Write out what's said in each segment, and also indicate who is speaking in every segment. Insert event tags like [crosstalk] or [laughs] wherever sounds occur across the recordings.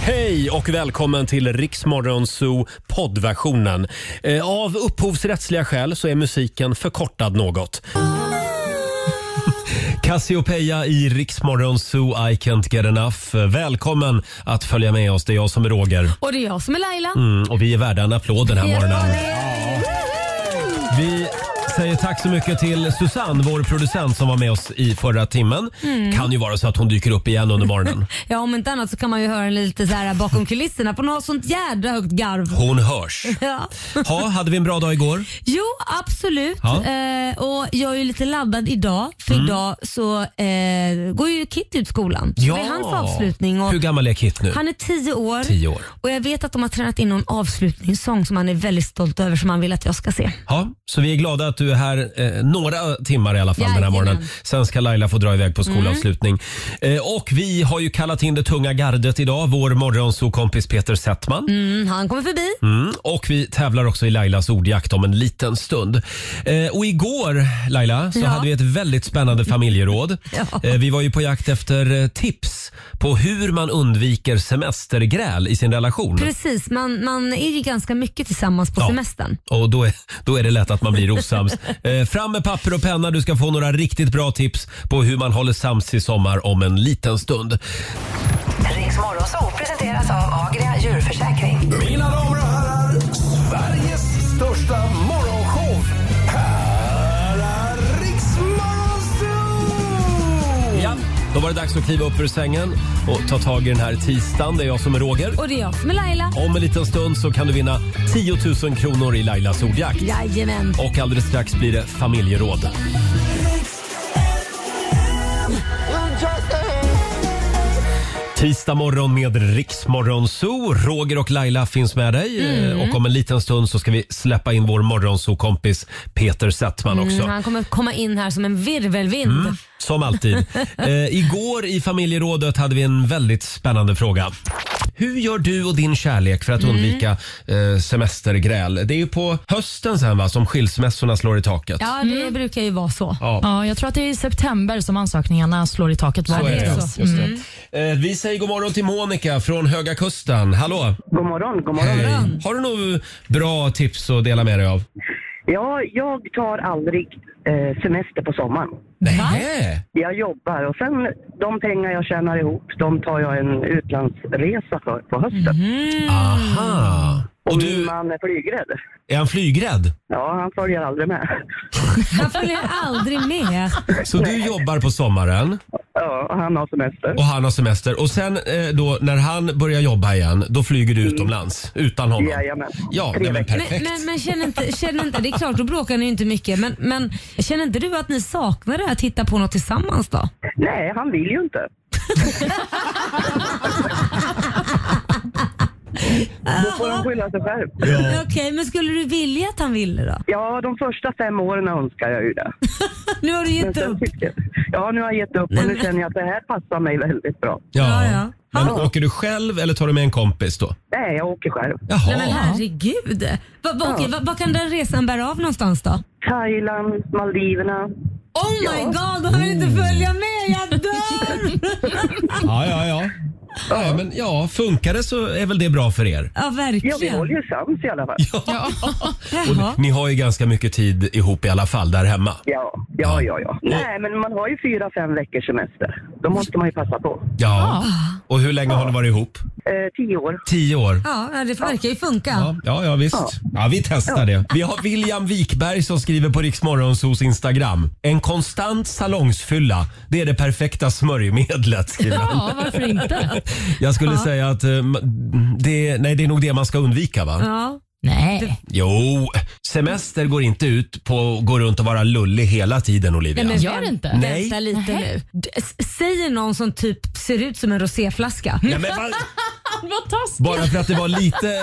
Speaker 1: Hej och välkommen till Riksmorgon Zoo poddversionen. Eh, Av upphovsrättsliga skäl så är musiken förkortad något. [laughs] Cassiopeia i Riksmorgon Zoo, I can't get enough. Välkommen att följa med oss. Det är jag som är Roger.
Speaker 2: Och det är jag som är Laila.
Speaker 1: Mm, och vi är värda en applåd den här
Speaker 2: Ja,
Speaker 1: morgonen.
Speaker 2: det är-
Speaker 1: Vi säger tack så mycket till Susanne, vår producent som var med oss i förra timmen.
Speaker 2: Mm.
Speaker 1: Kan ju vara så att hon dyker upp igen
Speaker 2: [laughs]
Speaker 1: under morgonen.
Speaker 2: Ja, om inte annat så kan man ju höra lite så här bakom kulisserna på något sånt jädra högt garv.
Speaker 1: Hon hörs.
Speaker 2: Ja.
Speaker 1: Ha, hade vi en bra dag igår?
Speaker 2: Jo, absolut.
Speaker 1: Ja. Mm.
Speaker 2: Eh, och jag är ju lite laddad idag, för idag så eh, går ju Kit ut skolan. Det är hans avslutning och
Speaker 1: Hur gammal är Kit nu?
Speaker 2: han är tio år.
Speaker 1: Tio år.
Speaker 2: Och jag vet att de har tränat in någon avslutningssång som han är väldigt stolt över som han vill att jag ska se.
Speaker 1: Ja, så vi är glada att du är här eh, några timmar i alla fall den här
Speaker 2: Jajamän. Mm.
Speaker 1: morgonen. Sen ska Laila få dra iväg på skolavslutning. Eh, och vi har ju kallat in det tunga gardet idag, vår morgonsokompis Peter Settman.
Speaker 2: Mm, han kommer förbi.
Speaker 1: Mm, och vi tävlar också i Lailas ordjakt om en liten stund. Eh, och igår, Laila, så
Speaker 2: Ja.
Speaker 1: hade vi ett väldigt spännande familjeråd.
Speaker 2: [laughs] Ja.
Speaker 1: eh, vi var ju på jakt efter eh, tips på hur man undviker semestergräl i sin relation.
Speaker 2: Precis, man, man är ju ganska mycket tillsammans på
Speaker 1: Ja.
Speaker 2: semestern.
Speaker 1: Och då är, då är det lätt att man blir osams. Eh, fram med papper och penna, du ska få några riktigt bra tips på hur man håller sams i sommar om en liten stund.
Speaker 3: Riks Morgonzoo presenteras av Agria djurförsäkring.
Speaker 4: Mina damer och herrar, Sveriges största morgonshow. Här är Riksmorgonzoo!
Speaker 1: Ja, då var det dags att kliva upp ur sängen och ta tag i den här tisdagen. Det är jag som är Roger.
Speaker 2: Och det är jag som är Laila.
Speaker 1: Om en liten stund så kan du vinna 10 000 kronor i Lailas ordjakt.
Speaker 2: Jajamän.
Speaker 1: Och alldeles strax blir det familjeråd. Tisdag morgon med Riksmorgon Zoo. Roger och Laila finns med dig.
Speaker 2: Mm.
Speaker 1: Eh, Och om en liten stund så ska vi släppa in vår morgonzoo-kompis Peter Settman också.
Speaker 2: Mm, han kommer komma in här som en virvelvind. [laughs]
Speaker 1: Som alltid. Eh, igår i familjerådet hade vi en väldigt spännande fråga. Hur gör du och din kärlek för att
Speaker 2: Mm.
Speaker 1: undvika eh, semestergräl? Det är ju på hösten sen va, som skilsmässorna slår i taket.
Speaker 2: Ja, det brukar ju vara så.
Speaker 5: Ja, jag tror att det är i september som ansökningarna slår i taket. Mm.
Speaker 1: Så är det.
Speaker 5: vanligtvis.
Speaker 1: Just det. Eh, vi säger god morgon till Monica från Höga Kusten. Hallå!
Speaker 6: God morgon, god morgon.
Speaker 1: Hej. Har du några bra tips att dela med dig av?
Speaker 6: Ja, jag tar aldrig eh, semester på sommaren.
Speaker 1: Nej.
Speaker 6: Jag jobbar och sen de pengar jag tjänar ihop, de tar jag en utlandsresa för på hösten.
Speaker 1: Aha! Mhm. Och
Speaker 6: Och min
Speaker 1: du,
Speaker 6: man är flygrädd.
Speaker 1: är han flygrädd?
Speaker 6: Ja, han följer aldrig med.
Speaker 2: Han följer aldrig med.
Speaker 1: Så du jobbar på sommaren
Speaker 6: Ja, och han har semester.
Speaker 1: och han har semester och sen eh, då när han börjar jobba igen då flyger du utomlands utan honom?
Speaker 6: Jajamän.
Speaker 1: Ja,
Speaker 6: Tre
Speaker 1: nej, men
Speaker 6: veckor.
Speaker 2: Men,
Speaker 1: perfekt.
Speaker 2: men, men känner inte, känner inte, det är klart, då bråkar ni ju inte mycket. Men, men känner inte du att ni saknar det här att titta på något tillsammans då?
Speaker 6: Nej, han vill ju inte. Då får han skylla sig själv.
Speaker 2: Okej, men skulle du vilja att han ville då?
Speaker 6: Ja, de första fem åren önskar jag ju
Speaker 1: [laughs]
Speaker 6: det.
Speaker 2: Nu har du
Speaker 6: Men
Speaker 2: gett
Speaker 6: sen
Speaker 2: upp.
Speaker 6: tycker jag, ja, nu har jag gett upp och nu känner jag att det här passar mig väldigt bra.
Speaker 1: Ja.
Speaker 2: Ja, ja.
Speaker 1: Men
Speaker 2: Hallå.
Speaker 1: åker du själv eller tar du med en kompis då?
Speaker 6: Nej, jag åker själv.
Speaker 2: Nej men
Speaker 1: Jaha.
Speaker 2: herregud. Vad va, okej, va, vad kan den resan bära av någonstans då?
Speaker 6: Thailand, Maldiverna.
Speaker 2: Oh my god, då har vi inte följa med, jag
Speaker 6: [laughs]
Speaker 2: dör!
Speaker 1: Ja, ja, ja. Ja, men ja, funkar det så är väl det bra för er.
Speaker 2: Ja,
Speaker 6: Ja, vi
Speaker 2: verkligen.
Speaker 6: håller ju sams i alla fall.
Speaker 1: [laughs]
Speaker 2: Jaha.
Speaker 1: Och ni har ju ganska mycket tid ihop i alla fall där hemma.
Speaker 6: Ja, ja, ja. ja. Nej, men man har ju fyra, fem veckors semester. Då måste man ju passa på.
Speaker 1: Ja. Och hur länge har ni varit ihop?
Speaker 6: Eh, tio år.
Speaker 1: Tio år.
Speaker 2: Ja, det verkar ju funka.
Speaker 1: Ja, ja, ja visst. Ja, vi testar det. Vi har William Wikberg som skriver på Riksmorgonsos Instagram. En konstant salongsfylla, det är det perfekta smörjmedlet. Skriver han.
Speaker 5: Ja, varför inte?
Speaker 1: Jag skulle säga att eh, det, nej, det är nog det man ska undvika va?
Speaker 2: Ja.
Speaker 5: [laughs] Nej.
Speaker 1: Jo, semester går inte ut på att gå runt och vara lullig hela tiden Olivia.
Speaker 5: men- Gör det inte.
Speaker 1: Nej.
Speaker 2: Vänta lite
Speaker 5: Nej.
Speaker 2: nu. D- s- Säger någon som typ ser ut som en roséflaska.
Speaker 1: Ja, men vad-
Speaker 5: Vad taskigt.
Speaker 1: bara för att det var lite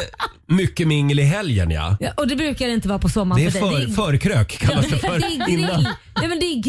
Speaker 1: mycket mingel i helgen ja.
Speaker 2: Ja, och det brukar det inte vara på sommaren
Speaker 1: Det är
Speaker 2: för, dig.
Speaker 1: för, förkrök kallas det för.
Speaker 2: [laughs] det är grill, nej, men det är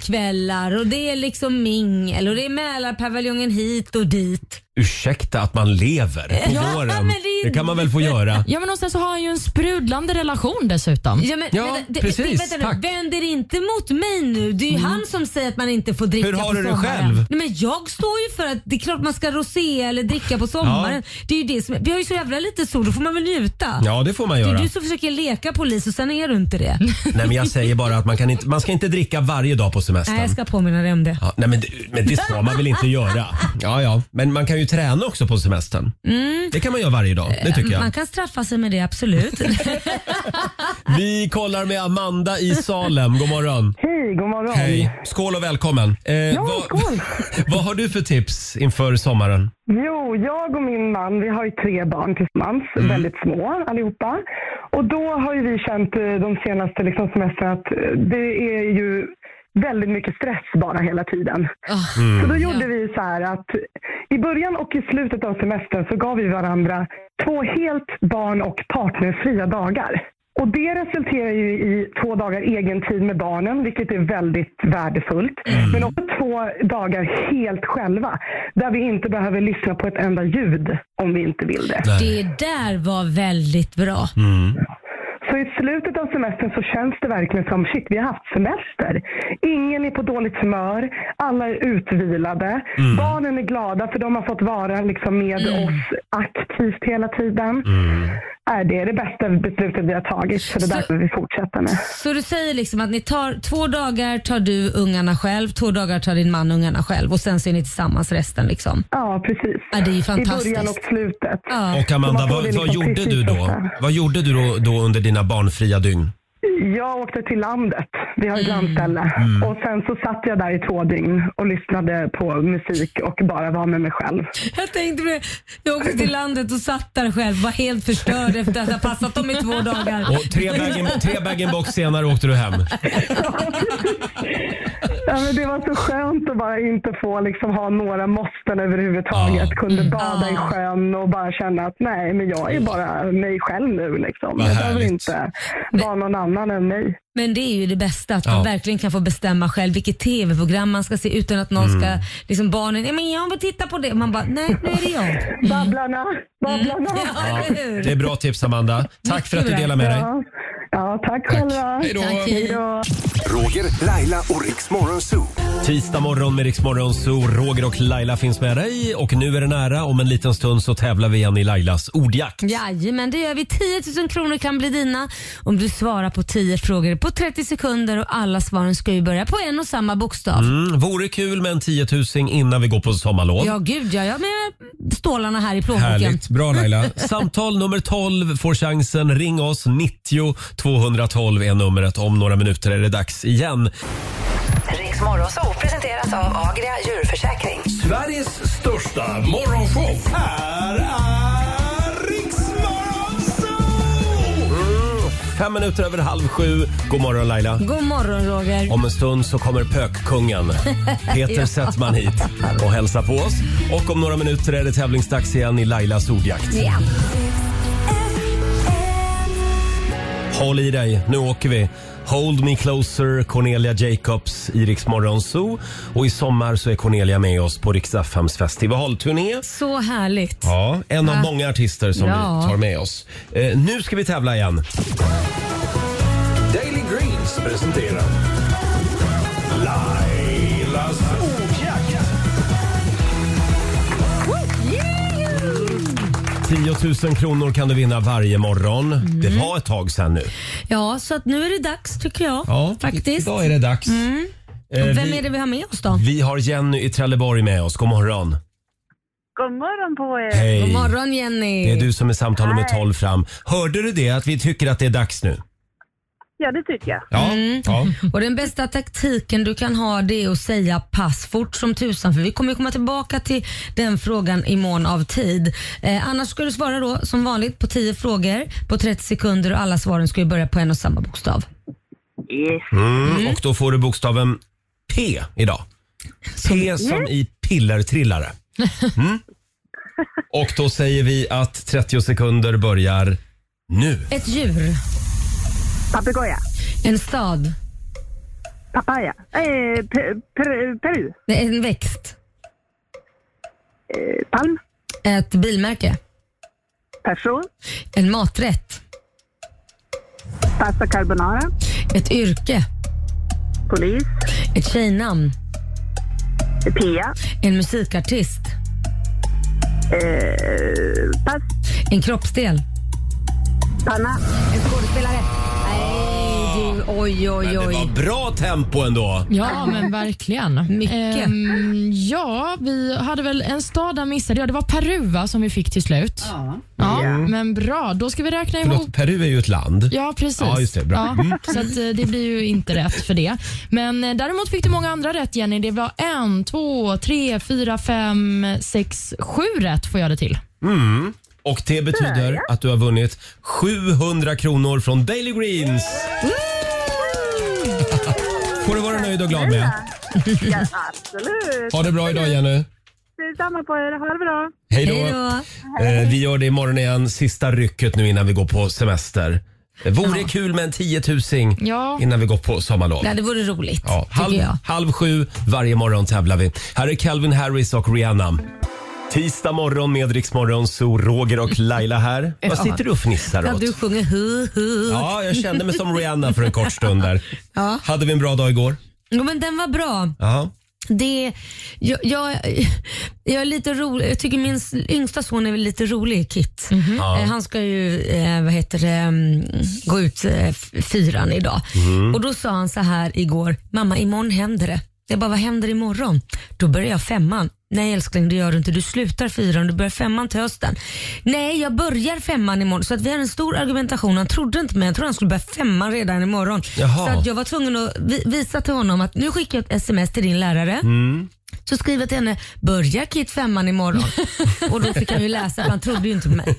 Speaker 2: grillkvällar och det är liksom mingel och det är Mälarpaviljongen hit och dit.
Speaker 1: Ursäkta att man lever på
Speaker 2: Ja,
Speaker 1: våren.
Speaker 2: men det är-
Speaker 1: Det kan man väl få göra.
Speaker 5: Ja, men och sen så har han ju en sprudlande relation dessutom.
Speaker 2: Ja, men,
Speaker 1: Ja,
Speaker 2: vänta, det-
Speaker 1: precis,
Speaker 2: Det, vänta,
Speaker 1: tack. Mm.
Speaker 2: nu, vänd er inte mot mig nu. Det är ju han som säger att man inte får dricka
Speaker 1: Hur har
Speaker 2: på
Speaker 1: du det
Speaker 2: sommaren.
Speaker 1: själv?
Speaker 2: Nej, men jag står ju för att det är klart man ska rosé eller dricka på sommaren. Det är ju det som, vi har ju så jävla lite sol, då får man väl njuta.
Speaker 1: Ja, det får man
Speaker 2: Det
Speaker 1: göra.
Speaker 2: är du som försöker leka polis och sen är du inte
Speaker 1: [laughs]
Speaker 2: det.
Speaker 1: Nej, men jag säger bara att man, kan inte, man ska inte dricka varje dag på semestern.
Speaker 2: Nej, jag ska påminna dig om det.
Speaker 1: Ja, nej men, det- men det ska man väl inte göra? Ja, ja. Men man kan ju träna också på semestern. Det kan man göra varje dag. Det tycker
Speaker 2: Mm. Eh, Man
Speaker 1: jag.
Speaker 2: kan straffa sig med det,
Speaker 1: [laughs]
Speaker 2: absolut.
Speaker 1: Vi kollar med Amanda i Salem. God morgon.
Speaker 6: Hej, god morgon.
Speaker 1: [laughs] Hej. Skål och välkommen. Eh, vad,
Speaker 6: skål.
Speaker 1: [laughs] vad har du för tips inför sommaren?
Speaker 6: Jo, jag och min man, vi har ju tre barn tillsammans, väldigt små allihopa. Och då har ju vi känt eh, de senaste liksom, semestrarna att eh, det är ju väldigt mycket stress bara hela tiden. Så då gjorde vi så här att i början och i slutet av semestern så gav vi varandra två helt barn och partnerfria dagar. Och det resulterar ju i två dagar egen tid med barnen, vilket är väldigt värdefullt. Men också två dagar helt själva, där vi inte behöver lyssna på ett enda ljud om vi inte vill det.
Speaker 2: Det där var väldigt bra.
Speaker 1: Mm.
Speaker 6: Så i slutet av semestern så känns det verkligen som shit, vi har haft semester. Ingen är på dåligt humör, alla är utvilade.
Speaker 1: Mm.
Speaker 6: Barnen är glada för de har fått vara liksom med oss aktivt hela tiden.
Speaker 1: Mm.
Speaker 6: Äh, det är det bästa beslutet vi har tagit, så det är
Speaker 2: Så-
Speaker 6: därför vi fortsätter med.
Speaker 2: Så du säger liksom att ni tar två dagar tar du ungarna själv, två dagar tar din man ungarna själv och sen så är ni tillsammans resten liksom.
Speaker 6: Ja, precis.
Speaker 2: Ja, det är ju
Speaker 6: I början
Speaker 2: fantastiskt.
Speaker 6: och slutet.
Speaker 2: Ja.
Speaker 1: Och Amanda,
Speaker 6: Så
Speaker 1: vad,
Speaker 6: man får det
Speaker 1: vad
Speaker 6: liksom
Speaker 1: gjorde
Speaker 6: precis
Speaker 1: du då?
Speaker 6: detta.
Speaker 1: Vad gjorde du då, då under dina barnfria dygn?
Speaker 6: Jag åkte till landet. Vi har ett
Speaker 2: Mm.
Speaker 6: landställe.
Speaker 1: Mm.
Speaker 6: Och sen så satt jag där i två dygn och lyssnade på musik och bara var med mig själv.
Speaker 2: Jag tänkte på det. Jag åkte till landet och satt där själv var helt förstörd efter att ha passat dem i två dagar.
Speaker 1: Och tre bag-in- tre bag-in-box senare åkte du hem.
Speaker 6: Ja, men det var så skönt att bara inte få liksom, ha några måsten överhuvudtaget.
Speaker 1: Ja.
Speaker 6: Kunde bada i
Speaker 2: Ja.
Speaker 6: sjön och bara känna att nej, men jag är bara mig själv nu. Liksom.
Speaker 1: Vad
Speaker 6: Jag behöver
Speaker 1: härligt.
Speaker 6: inte vara någon annan än mig.
Speaker 2: Men det är ju det bästa, att
Speaker 1: Ja.
Speaker 2: man verkligen kan få bestämma själv vilket tv-program man ska se utan att någon ska,
Speaker 1: Mm.
Speaker 2: liksom barnen, ja men jag vill titta på det. Man bara, nej nu är det jag.
Speaker 6: Babblarna,
Speaker 1: Mm.
Speaker 6: babblarna.
Speaker 2: Ja, eller hur?
Speaker 1: Det är bra tips Amanda. Tack för att du
Speaker 2: bra.
Speaker 1: delade med dig.
Speaker 6: Ja. ja, tack själva.
Speaker 1: Hej då.
Speaker 2: Tack,
Speaker 6: Hej då.
Speaker 4: Roger, Laila och Riks Morgonzoo.
Speaker 1: Tisdag morgon med Rix Morgon, så Roger och Laila finns med dig. Och nu är det nära. Om en liten stund så tävlar vi igen i Lailas ordjakt.
Speaker 2: Jajamän, det gör vi. 10 000 kronor kan bli dina om du svarar på 10 frågor på 30 sekunder och alla svaren ska ju börja på en och samma bokstav.
Speaker 1: Mm, vore kul med en tiotusing innan vi går på sommarlov.
Speaker 2: Ja, gud ja. Jag har med stålarna här i plånboken.
Speaker 1: Härligt. Bra Laila. [laughs] Samtal nummer 12 får chansen. Ring oss. 90 212 är numret. Om några minuter är det dags igen.
Speaker 3: Riks Morgonzoo presenteras av Agria djurförsäkring.
Speaker 4: Sveriges största morgonshow. Här är Riks Morgonzoo!
Speaker 1: Mm, Fem minuter över halv sju. God morgon Laila.
Speaker 2: God morgon Roger.
Speaker 1: Om en stund så kommer pökkungen Peter Settman hit och hälsar på oss. Och om några minuter är det tävlingsdags igen i Lailas ordjakt.
Speaker 2: Ja.
Speaker 1: Håll i dig, nu åker vi. Hold me closer, Cornelia Jacobs i Rix Morgon Zoo. Och i sommar så är Cornelia med oss på Rix FMs festivalturné.
Speaker 2: Så härligt.
Speaker 1: Ja, en av många artister som
Speaker 2: Ja.
Speaker 1: vi tar med oss. Eh, nu ska vi tävla igen.
Speaker 4: Daily Greens presenterar Lailas ordjakt.
Speaker 1: 10 000 kronor kan du vinna varje morgon.
Speaker 2: Mm.
Speaker 1: Det var ett tag sedan nu.
Speaker 2: Ja, så att nu är det dags tycker jag. faktiskt. Mm.
Speaker 1: Idag är det dags. Eh,
Speaker 2: Och Vem
Speaker 1: vi-
Speaker 2: är det vi har med oss då?
Speaker 1: Vi har Jenny i Trelleborg med oss. God morgon.
Speaker 6: God morgon på er.
Speaker 1: Hej.
Speaker 2: God morgon Jenny.
Speaker 1: Det är du som är samtal nummer 12 fram. Hörde du det att vi tycker att det är dags nu?
Speaker 6: Ja, det tycker jag.
Speaker 1: Ja. ja.
Speaker 2: Och den bästa taktiken du kan ha det är att säga pass fort som tusan för vi kommer ju komma tillbaka till den frågan i mån av tid. Eh, annars ska du svara då som vanligt på 10 frågor på 30 sekunder och alla svaren ska ju börja på en och samma bokstav.
Speaker 7: Eh,
Speaker 6: Yes.
Speaker 1: Mm. Och då får du bokstaven P idag. P som i pillertrillare. Mm. Och då säger vi att 30 sekunder börjar nu.
Speaker 2: Ett djur.
Speaker 6: Papegoja.
Speaker 2: En stad.
Speaker 6: Papaya. Eh, pe- per- Peru.
Speaker 2: Nej, En växt.
Speaker 6: Eh, palm.
Speaker 2: Ett bilmärke.
Speaker 6: Person.
Speaker 2: En maträtt.
Speaker 6: Pasta carbonara.
Speaker 2: Ett yrke.
Speaker 6: Polis.
Speaker 2: Ett tjejnamn.
Speaker 6: Pia.
Speaker 2: En musikartist.
Speaker 6: Eh, pass.
Speaker 2: En kroppsdel.
Speaker 6: Panna.
Speaker 2: En skådespelare. Nej, du. Oj,
Speaker 1: Men
Speaker 2: oj,
Speaker 1: det
Speaker 2: oj.
Speaker 1: var bra tempo ändå.
Speaker 5: Ja, men [laughs] verkligen.
Speaker 2: Mycket.
Speaker 5: Ehm, ja, vi hade väl en stad där missade jag. Det var Peru va, som vi fick till slut. Ja. Men bra, då ska vi räkna ihop.
Speaker 1: Förlåt, Peru är ju ett land.
Speaker 5: Ja, precis.
Speaker 1: Ja, just det. Bra. Mm.
Speaker 5: Ja, Så att, eh, det blir ju inte rätt för det. Men eh, däremot fick du många andra rätt, Jenny. Det var en, två, tre, fyra, fem, sex, sju rätt får jag det till.
Speaker 1: Och det betyder att du har vunnit 700 kronor från Daily Greens. Får du vara nöjd och glad med.
Speaker 6: Ja, absolut.
Speaker 1: Ha det bra idag Jenny.
Speaker 6: Detsamma på er. Ha det bra.
Speaker 1: Hej då.
Speaker 2: Hej då.
Speaker 1: Eh, vi gör det imorgon igen. Sista rycket nu innan vi går på semester. Det vore kul med en tiotusing
Speaker 5: Ja.
Speaker 1: innan vi går på sommarlov.
Speaker 2: Ja, det vore roligt,
Speaker 1: Ja,
Speaker 2: tycker
Speaker 1: halv,
Speaker 2: jag.
Speaker 1: halv sju varje morgon tävlar vi. Här är Calvin Harris och Rihanna. Tisdag morgon med Rix Morgon, så Roger och
Speaker 2: [laughs]
Speaker 1: Laila här. Vad sitter du och fnissar
Speaker 2: Ja,
Speaker 1: åt?
Speaker 2: du sjunger hu hu. Ja.
Speaker 1: Ja, jag kände mig som Rihanna för en kort stund där. Hade vi en bra dag igår?
Speaker 2: Jo, men den var bra.
Speaker 1: Ja.
Speaker 2: Det, jag, jag, jag är lite rolig. Jag tycker min s- yngsta son är väl lite rolig, Kit. Eh, Han ska ju eh, vad heter det, mm, gå ut eh, f- fyran idag. Och Då sa han så här igår, mamma imorgon händer det. Jag bara, vad händer imorgon? Då börjar jag femman. Nej älskling, det gör du inte. Du slutar fyran, du börjar femman till hösten. Nej, jag börjar femman imorgon. Så att vi hade en stor argumentation. Han trodde inte mig. Jag trodde han skulle börja femman redan imorgon.
Speaker 1: Jaha.
Speaker 2: Så att jag var tvungen att vi- visa till honom att nu skickar jag ett sms till din lärare.
Speaker 1: Mm.
Speaker 2: Så skriver jag till henne, börjar Kit femman
Speaker 1: [laughs]
Speaker 2: imorgon? och då fick han ju läsa, för han trodde ju inte på mig.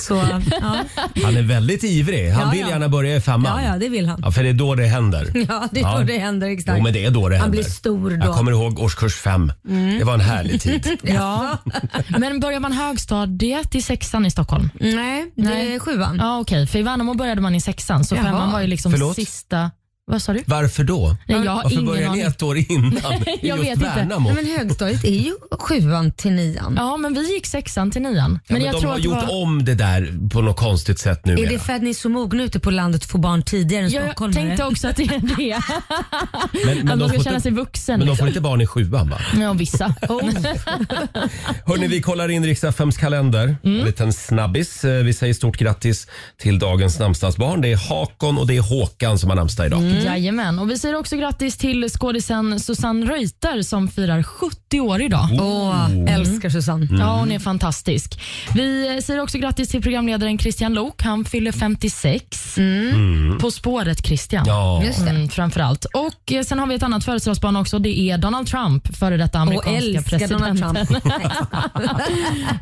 Speaker 2: Så ja,
Speaker 1: Han är väldigt ivrig. Han
Speaker 2: Ja,
Speaker 1: vill
Speaker 2: ja.
Speaker 1: gärna börja i femman.
Speaker 2: ja, ja det vill han. [laughs]
Speaker 1: Ja, för det är då det händer.
Speaker 2: Ja, det är
Speaker 1: Ja.
Speaker 2: då det händer exakt.
Speaker 1: Jo, men det är då det händer.
Speaker 2: han blir stor då. Mm.
Speaker 1: Jag kommer ihåg årskurs fem. Det var en härlig tid.
Speaker 5: Ja. Men börjar man högstadiet i sexan i
Speaker 1: Mm.
Speaker 5: Stockholm?
Speaker 2: [laughs] Nej, det
Speaker 5: Nej.
Speaker 2: är sjuan.
Speaker 5: Ja, okej. För i Värnamo började man i sexan, så
Speaker 2: Jaha.
Speaker 5: femman var ju liksom
Speaker 1: Förlåt?
Speaker 5: sista... Vad sa du?
Speaker 1: Varför då?
Speaker 5: Nej, jag har
Speaker 1: Varför
Speaker 5: ingen
Speaker 1: börjar ni
Speaker 5: aning.
Speaker 1: ett år
Speaker 2: [laughs]
Speaker 1: innan? I
Speaker 5: jag
Speaker 1: just
Speaker 5: vet inte.
Speaker 1: Värnamo?
Speaker 2: Nej, men högstadiet är ju sjuan till nian.
Speaker 5: Ja, men vi gick sexan till nian. Men,
Speaker 1: Ja, men
Speaker 5: jag
Speaker 1: de
Speaker 5: tror
Speaker 1: har
Speaker 5: att det
Speaker 1: gjort
Speaker 5: var...
Speaker 1: om det där på något konstigt sätt
Speaker 2: Är
Speaker 1: numera.
Speaker 2: det för att ni är så mogna ute på landet och får barn tidigare än
Speaker 5: Jag
Speaker 2: stockholmare?
Speaker 5: tänkte också att det
Speaker 1: [laughs]
Speaker 5: är det.
Speaker 1: men,
Speaker 5: Att
Speaker 1: men,
Speaker 5: man
Speaker 1: de
Speaker 5: ska
Speaker 1: får
Speaker 5: känna
Speaker 1: inte,
Speaker 5: sig vuxen.
Speaker 1: men de får
Speaker 5: liksom.
Speaker 1: inte barn i sjuan va?
Speaker 5: Ja, vissa.
Speaker 1: Hörni, vi kollar in riksdagsfems kalender. En liten snabbis. Eh, Vi säger stort grattis till dagens namnsdagsbarn. Det är Hakon och det är Håkan som har namnsdag idag.
Speaker 5: Mm. Jajamän. Och vi säger också grattis till skådisen Susanne Reuter som firar 70 år idag.
Speaker 1: Mm.
Speaker 2: Åh, älskar Susanne.
Speaker 5: Ja, hon är fantastisk. Vi säger också grattis till programledaren Christian Lok. Han fyller 56. På spåret Christian.
Speaker 1: Mm. Ja.
Speaker 2: Just det.
Speaker 5: Mm, framförallt. Och eh, sen har vi ett annat födelsedagsbarn också. Det är Donald Trump, före detta
Speaker 2: Och
Speaker 5: amerikanska
Speaker 2: älskar Donald
Speaker 5: presidenten.
Speaker 2: Trump. [laughs]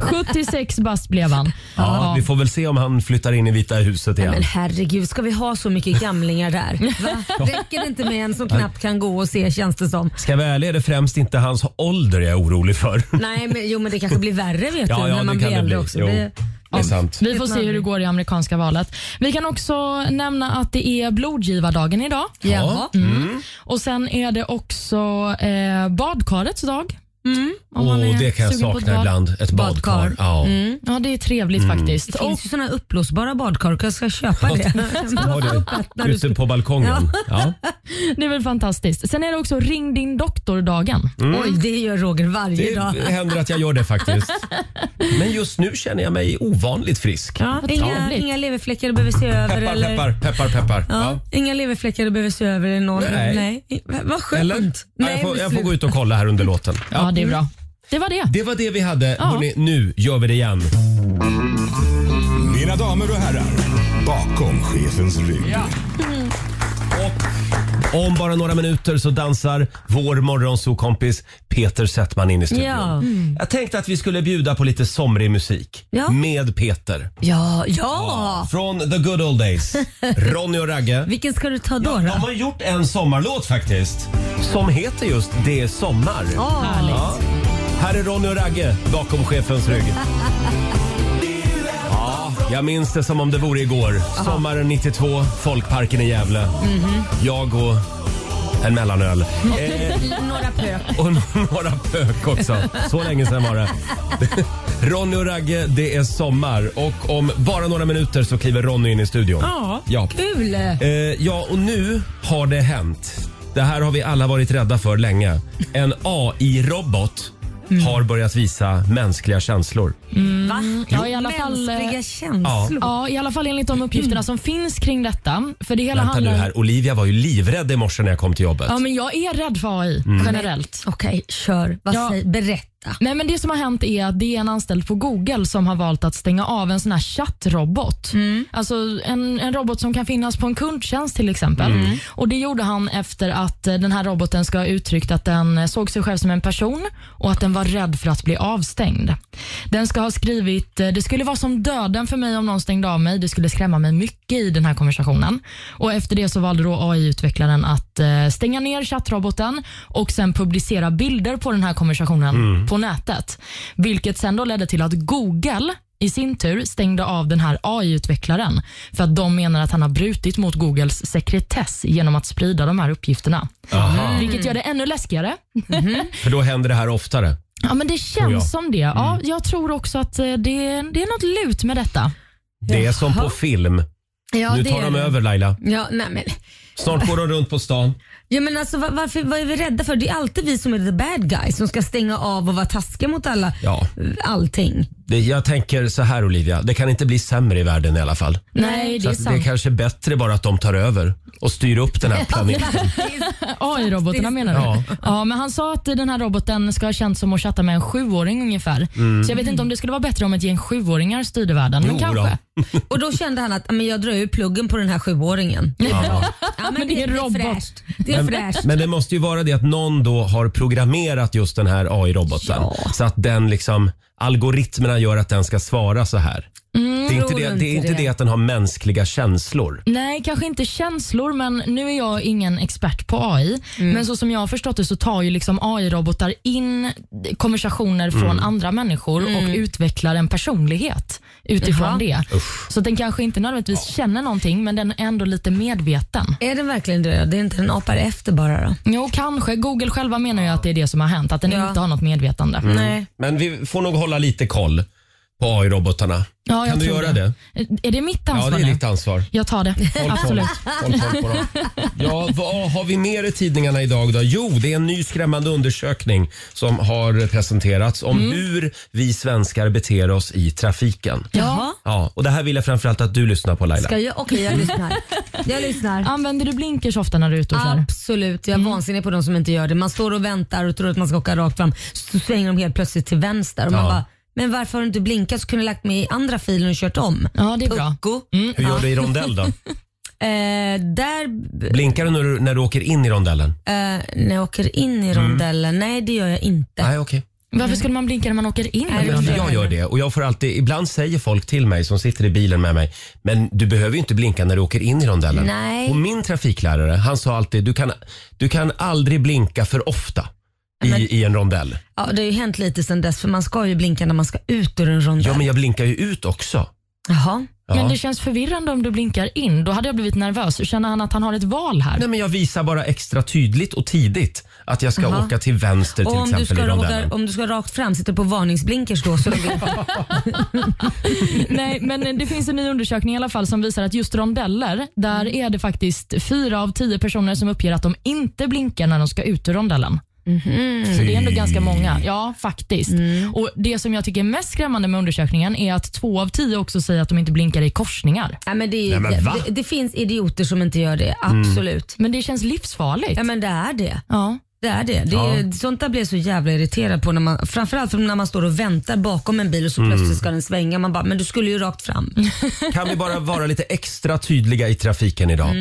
Speaker 5: [laughs] 76 bast blev han.
Speaker 1: [laughs] Ja, vi får väl se om han flyttar in i Vita huset igen.
Speaker 2: Men herregud, ska vi ha så mycket gamlingar
Speaker 1: [laughs]
Speaker 2: där? Va? Räcker det inte med en som knappt kan gå och se känns det som?
Speaker 1: Ska jag vara ärlig är det främst inte hans ålder jag är orolig för.
Speaker 2: Nej, men, jo, men det kanske blir värre vet
Speaker 1: Ja,
Speaker 2: du,
Speaker 1: ja,
Speaker 2: när
Speaker 1: det
Speaker 2: man
Speaker 1: kan
Speaker 2: blir
Speaker 1: det
Speaker 2: äldre
Speaker 1: bli.
Speaker 2: också.
Speaker 1: Jo.
Speaker 2: Det,
Speaker 1: Det är sant.
Speaker 5: Vi får se hur det går i amerikanska valet. Vi kan också nämna att det är blodgivardagen idag.
Speaker 2: jaha.
Speaker 5: Och Sen är det också eh, badkarets dag.
Speaker 2: Mm.
Speaker 5: Om
Speaker 1: Åh,
Speaker 5: man är
Speaker 1: det kan jag
Speaker 5: sugen på ett
Speaker 1: sakna
Speaker 5: bad.
Speaker 1: ibland. Mm. Ett badkar.
Speaker 2: Badkar.
Speaker 1: Ja.
Speaker 5: Ja, det är trevligt faktiskt.
Speaker 2: Det
Speaker 5: Och
Speaker 2: finns ju sådana uppblåsbara badkar. Jag ska köpa det. [laughs]
Speaker 1: Har du, ute på balkongen. Ja.
Speaker 5: Det är väl fantastiskt. Sen är det också ring din doktor-dagen.
Speaker 1: Mm.
Speaker 2: Oj, det gör Roger varje dag.
Speaker 1: Det händer att jag gör
Speaker 2: [laughs]
Speaker 1: det faktiskt. Men just nu känner jag mig ovanligt frisk.
Speaker 2: Ja, inga,
Speaker 5: trevligt.
Speaker 2: inga leverfläckar du behöver se över.
Speaker 1: Peppar,
Speaker 2: eller,
Speaker 1: peppar, peppar, peppar.
Speaker 2: Ja,
Speaker 1: Ja.
Speaker 2: Inga leverfläckar du behöver se över. i Någon,
Speaker 1: Nej.
Speaker 2: nej. I- va- Vad skönt.
Speaker 1: Eller? Ja, jag,
Speaker 2: Nej,
Speaker 1: får,
Speaker 2: men
Speaker 1: jag får
Speaker 2: slut.
Speaker 1: gå ut och kolla här under låten.
Speaker 5: Ja, det är
Speaker 2: Mm.
Speaker 5: bra. Det var det.
Speaker 1: Det var det vi hade. Hörrni, nu gör vi det igen.
Speaker 4: Mina damer och herrar, bakom chefens rygg.
Speaker 1: Om bara några minuter så dansar vår morgonsokompis Peter Settman in i studion. Mm.
Speaker 2: Ja.
Speaker 1: Jag tänkte att vi skulle bjuda på lite somrig musik
Speaker 2: Ja.
Speaker 1: med Peter.
Speaker 2: Ja, ja.
Speaker 1: Från the good
Speaker 2: [laughs]
Speaker 1: old days. Ronny och Ragge.
Speaker 2: Vilken ska du ta då?
Speaker 1: De
Speaker 2: då?
Speaker 1: har gjort en sommarlåt faktiskt. Som heter just Det är sommar.
Speaker 2: Åh.
Speaker 1: Ja.
Speaker 2: [laughs]
Speaker 1: Här är Ronny och Ragge bakom chefens rygg. Ja, Jag minns det som om det vore igår. Sommaren 92, Folkparken i Gävle.
Speaker 2: Mhm.
Speaker 1: Jag och
Speaker 2: [laughs]
Speaker 1: en mellanöl. Eh,
Speaker 2: Några pök.
Speaker 1: [laughs] och några pök också. Så länge sedan var det. [laughs] Ronny och Ragge, det är sommar och om bara några minuter så kliver Ronny in i studion.
Speaker 5: Ja,
Speaker 1: ja.
Speaker 2: Kul!
Speaker 1: Eh, ja, och nu har det hänt. Det här har vi alla varit rädda för länge. En AI-robot
Speaker 5: Mm.
Speaker 1: har börjat visa mänskliga känslor.
Speaker 2: Va?
Speaker 5: Ja, i alla fall,
Speaker 2: Mm. Mänskliga
Speaker 5: eh,
Speaker 2: känslor.
Speaker 5: Ja, i alla fall enligt de uppgifterna som finns kring detta. För det hela
Speaker 1: Vänta nu
Speaker 5: handlar...
Speaker 1: här, Olivia var ju livrädd i morse när jag kom till jobbet.
Speaker 5: Ja, men jag är rädd för AI
Speaker 1: Mm.
Speaker 5: generellt.
Speaker 2: Okej, kör. Vad
Speaker 5: Ja.
Speaker 2: säger, berätta.
Speaker 5: Nej, men det som har hänt är att det är en anställd på Google som har valt att stänga av en sån här chattrobot. Alltså en, en robot som kan finnas på en kundtjänst till exempel. Och Det gjorde han efter att eh, den här roboten ska ha uttryckt att den eh, såg sig själv som en person och att den var rädd för att bli avstängd. Den ska ha skrivit, eh, det skulle vara som döden för mig om någon stängde av mig. Det skulle skrämma mig mycket i den här konversationen. Och Efter det så valde då AI-utvecklaren att eh, stänga ner chattroboten och sen publicera bilder på den här konversationen på nätet. Vilket sen då ledde till att Google i sin tur stängde av den här AI-utvecklaren för att de menar att han har brutit mot Googles sekretess genom att sprida de här uppgifterna. Mm.
Speaker 1: Aha.
Speaker 5: Vilket gör det ännu läskigare.
Speaker 1: För då händer det här oftare.
Speaker 5: Oh Ja, men det
Speaker 1: Tror jag.
Speaker 5: känns som det. Ja, Jag tror också att eh, det, det är något lut med detta.
Speaker 1: Det är som på film.
Speaker 2: Ja,
Speaker 1: nu
Speaker 2: det
Speaker 1: tar
Speaker 2: är
Speaker 1: de
Speaker 2: det.
Speaker 1: över Laila.
Speaker 2: Ja, nej men.
Speaker 1: Snart går de runt på stan.
Speaker 2: Ja, men alltså, va- varför, vad är vi rädda för? Det är alltid vi som är the bad guys som ska stänga av och vara taskiga mot alla,
Speaker 1: Ja,
Speaker 2: allting.
Speaker 1: det, jag tänker så här Olivia. Det kan inte bli sämre i världen i alla fall.
Speaker 5: Nej, det
Speaker 1: Så
Speaker 5: är
Speaker 1: att det är
Speaker 5: sant.
Speaker 1: kanske bättre bara att de tar över och styr
Speaker 5: [laughs]
Speaker 1: upp den här planeten.
Speaker 5: AI-robotarna menar du?
Speaker 1: Ja.
Speaker 5: Ja. men han sa att den här roboten ska ha känts som att chatta med en sjuåring ungefär.
Speaker 2: Mm.
Speaker 5: Så jag vet inte om det skulle vara bättre om ett gäng sjuåringar styrde världen.
Speaker 1: Jo
Speaker 5: men kanske.
Speaker 2: Och då kände han att ja, men jag drar ur pluggen på den här sjuåringen.
Speaker 5: [laughs]
Speaker 1: Ja.
Speaker 2: Ja,
Speaker 5: Men det är robot.
Speaker 2: fräscht. Det är
Speaker 1: Men,
Speaker 2: fräscht.
Speaker 1: men det måste ju vara det att någon då har programmerat just den här AI-roboten. Så att den liksom, algoritmerna gör att den ska svara så här.
Speaker 5: Mm,
Speaker 1: det är inte,
Speaker 2: Tror
Speaker 1: det,
Speaker 2: inte
Speaker 1: det, är inte
Speaker 2: det.
Speaker 1: det att den har mänskliga känslor.
Speaker 5: Nej, kanske inte känslor, men nu är jag ingen expert på AI.
Speaker 2: Mm.
Speaker 5: Men så som jag har förstått det så tar ju liksom AI-robotar in konversationer
Speaker 2: Mm.
Speaker 5: från andra människor och utvecklar en personlighet utifrån
Speaker 2: Jaha.
Speaker 5: det. Så den kanske inte nödvändigtvis känner någonting, men den är ändå lite medveten.
Speaker 2: Är den verkligen det? Det är inte den apar efter bara då?
Speaker 5: Jo, kanske. Google själva menar ju att det är det som har hänt, att den
Speaker 2: Ja. Mm.
Speaker 5: inte har något medvetande.
Speaker 2: Nej.
Speaker 1: Men vi får nog hålla lite koll på AI-robotarna.
Speaker 5: Ja, jag
Speaker 1: kan du
Speaker 5: tror
Speaker 1: göra det?
Speaker 5: Är det mitt
Speaker 1: Ja,
Speaker 5: ansvar
Speaker 1: det är
Speaker 5: nu?
Speaker 1: ditt ansvar.
Speaker 5: Jag tar det. Absolut.
Speaker 1: Håll koll på dem. Ja, vad har vi mer i tidningarna idag då? Jo, det är en ny skrämmande undersökning som har presenterats om
Speaker 2: Mm.
Speaker 1: hur vi svenskar beter oss i trafiken.
Speaker 2: Jaha.
Speaker 1: Ja, och det här vill jag framförallt att du lyssnar på Laila.
Speaker 2: Ska jag? Okej, jag lyssnar. Jag lyssnar.
Speaker 5: Använder du blinkers ofta när du är ute och kör?
Speaker 2: Absolut, jag är
Speaker 1: Mm.
Speaker 2: vansinnig på de som inte gör det. Man står och väntar och tror att man ska åka rakt fram. Så svänger de helt plötsligt till vänster. Och man
Speaker 1: Ja.
Speaker 2: bara, men varför har du inte blinkat så kunde du lagt mig i andra filen och kört om?
Speaker 5: Ja, det är bra.
Speaker 2: Pucko.
Speaker 1: Hur gör du i
Speaker 2: [laughs]
Speaker 1: rondell då?
Speaker 2: Eh, där
Speaker 1: Blinkar du när du, när du åker in i rondellen?
Speaker 2: Eh, när jag åker in i rondellen? Nej, det gör jag inte.
Speaker 1: Mm. Nej, okej.
Speaker 5: Varför skulle man blinka när man åker in?
Speaker 2: Nej, det
Speaker 5: i
Speaker 2: är
Speaker 5: den?
Speaker 2: bra.
Speaker 1: Jag gör det och jag får alltid, ibland säger folk till mig som sitter i bilen med mig, men du behöver ju inte blinka när du åker in i rondellen.
Speaker 2: Nej.
Speaker 1: Och min trafiklärare, han sa alltid, du kan, du kan aldrig blinka för ofta i, i en rondell.
Speaker 2: Ja, det har ju hänt lite sen dess, för man ska ju blinka när man ska ut ur en rondell.
Speaker 1: Ja, men jag blinkar ju ut också.
Speaker 2: Jaha.
Speaker 1: Ja.
Speaker 5: Men det känns förvirrande om du blinkar in. Då hade jag blivit nervös. Känner han att han har ett val här?
Speaker 1: Nej, men jag visar bara extra tydligt och tidigt att jag ska
Speaker 2: Jaha.
Speaker 1: åka till vänster
Speaker 2: Och
Speaker 1: till
Speaker 2: om du,
Speaker 1: exempel i
Speaker 2: ska
Speaker 1: rondellen.
Speaker 2: åka, om du ska rakt fram, sitter du på varningsblinkers då?
Speaker 1: [laughs]
Speaker 2: Så
Speaker 5: Nej, men det finns en ny undersökning i alla fall som visar att just rondeller, där
Speaker 2: Mm.
Speaker 5: är det faktiskt fyra av tio personer som uppger att de inte blinkar när de ska ut ur rondellen.
Speaker 2: Mhm.
Speaker 5: Så det är ändå ganska många. Ja, faktiskt.
Speaker 2: Mm.
Speaker 5: Och Det som jag tycker är mest skrämmande med undersökningen är att två av tio också säger att de inte blinkar i korsningar.
Speaker 2: ja, men det, är,
Speaker 1: Nej, men va? Mm.
Speaker 2: det, det finns idioter som inte gör det, absolut.
Speaker 5: Men det känns livsfarligt.
Speaker 2: Ja, men det är det.
Speaker 5: Ja.
Speaker 2: Det är det. det är, Sånt där blir jag så jävla irriterad på. När man, framförallt när man står och väntar bakom en bil och så
Speaker 1: Mm.
Speaker 2: plötsligt ska den svänga. Man bara, men du skulle ju rakt
Speaker 1: [laughs]
Speaker 2: fram. Mm.
Speaker 1: Kan vi bara vara lite extra tydliga i trafiken idag?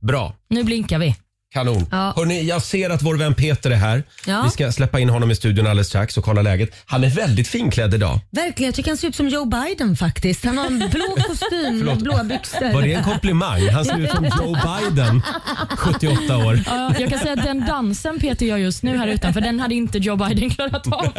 Speaker 1: Bra.
Speaker 5: Nu blinkar vi.
Speaker 1: Kanon.
Speaker 2: Ja.
Speaker 1: Hörrni, jag ser att vår vän Peter är här.
Speaker 2: Ja.
Speaker 1: Vi ska släppa in honom i studion alldeles strax och kolla läget. Han är väldigt finklädd idag.
Speaker 2: Verkligen, jag tycker han ser ut som Joe Biden faktiskt. Han har en
Speaker 1: [laughs]
Speaker 2: blå kostym och
Speaker 1: Förlåt.
Speaker 2: blåa byxor.
Speaker 1: Var det en komplimang? Han ser ut som Joe Biden, 78 år.
Speaker 5: Ja, jag kan säga att den dansen Peter gör just nu här utanför, den hade inte Joe Biden klarat
Speaker 2: [laughs]
Speaker 5: av.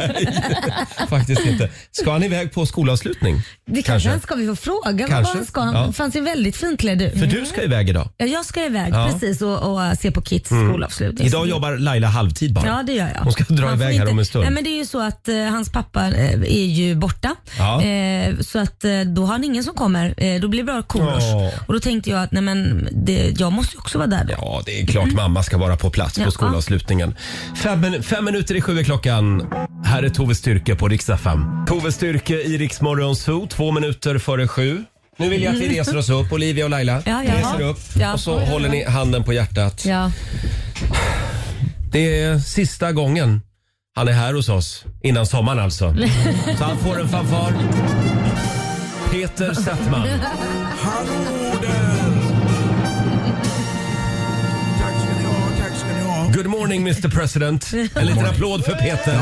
Speaker 1: Faktiskt inte. Ska han iväg på skolavslutning?
Speaker 2: Det kanske han ska vi få fråga.
Speaker 1: Kanske.
Speaker 2: Kanske. Vad ska han?
Speaker 1: Ja.
Speaker 2: För han ser väldigt finklädd ut.
Speaker 1: För du ska iväg idag.
Speaker 2: Ja, jag ska iväg
Speaker 1: Ja. Mm.
Speaker 2: precis och, och se på Kits skolavslutning.
Speaker 1: Idag jobbar Laila halvtid bara.
Speaker 2: Ja, det gör jag.
Speaker 1: Hon ska dra
Speaker 2: Man får
Speaker 1: iväg här om en stund.
Speaker 2: Nej, men det är ju så att eh, hans pappa eh, är ju borta.
Speaker 1: Ja.
Speaker 2: Eh, så att eh, då har han ingen som kommer. Eh, då blir det bara Korosh.
Speaker 1: Ja.
Speaker 2: Och då tänkte jag att nej, men det, jag måste ju också vara där då.
Speaker 1: Ja, det är klart mamma ska vara på plats på
Speaker 2: Mm. Ja.
Speaker 1: skolavslutningen. Fem, min- fem minuter i sju är klockan. Här är Tove Styrke på riksdag 5. Tove Styrke i Riksmorgon Zoo, två minuter före sju. Nu vill jag att vi reser oss upp, Olivia och Laila.
Speaker 2: Mm. Ja, ja.
Speaker 1: Reser upp
Speaker 2: Ja.
Speaker 1: och så håller ni handen på hjärtat.
Speaker 2: Ja.
Speaker 1: Det är sista gången han är här hos oss. Innan sommaren
Speaker 2: [laughs]
Speaker 1: alltså. Så han får en fanfar. Peter Settman.
Speaker 4: Hallå där! Tack ska ni ha, tack ska ni ha.
Speaker 1: Good morning Mr President. En liten applåd för Peter.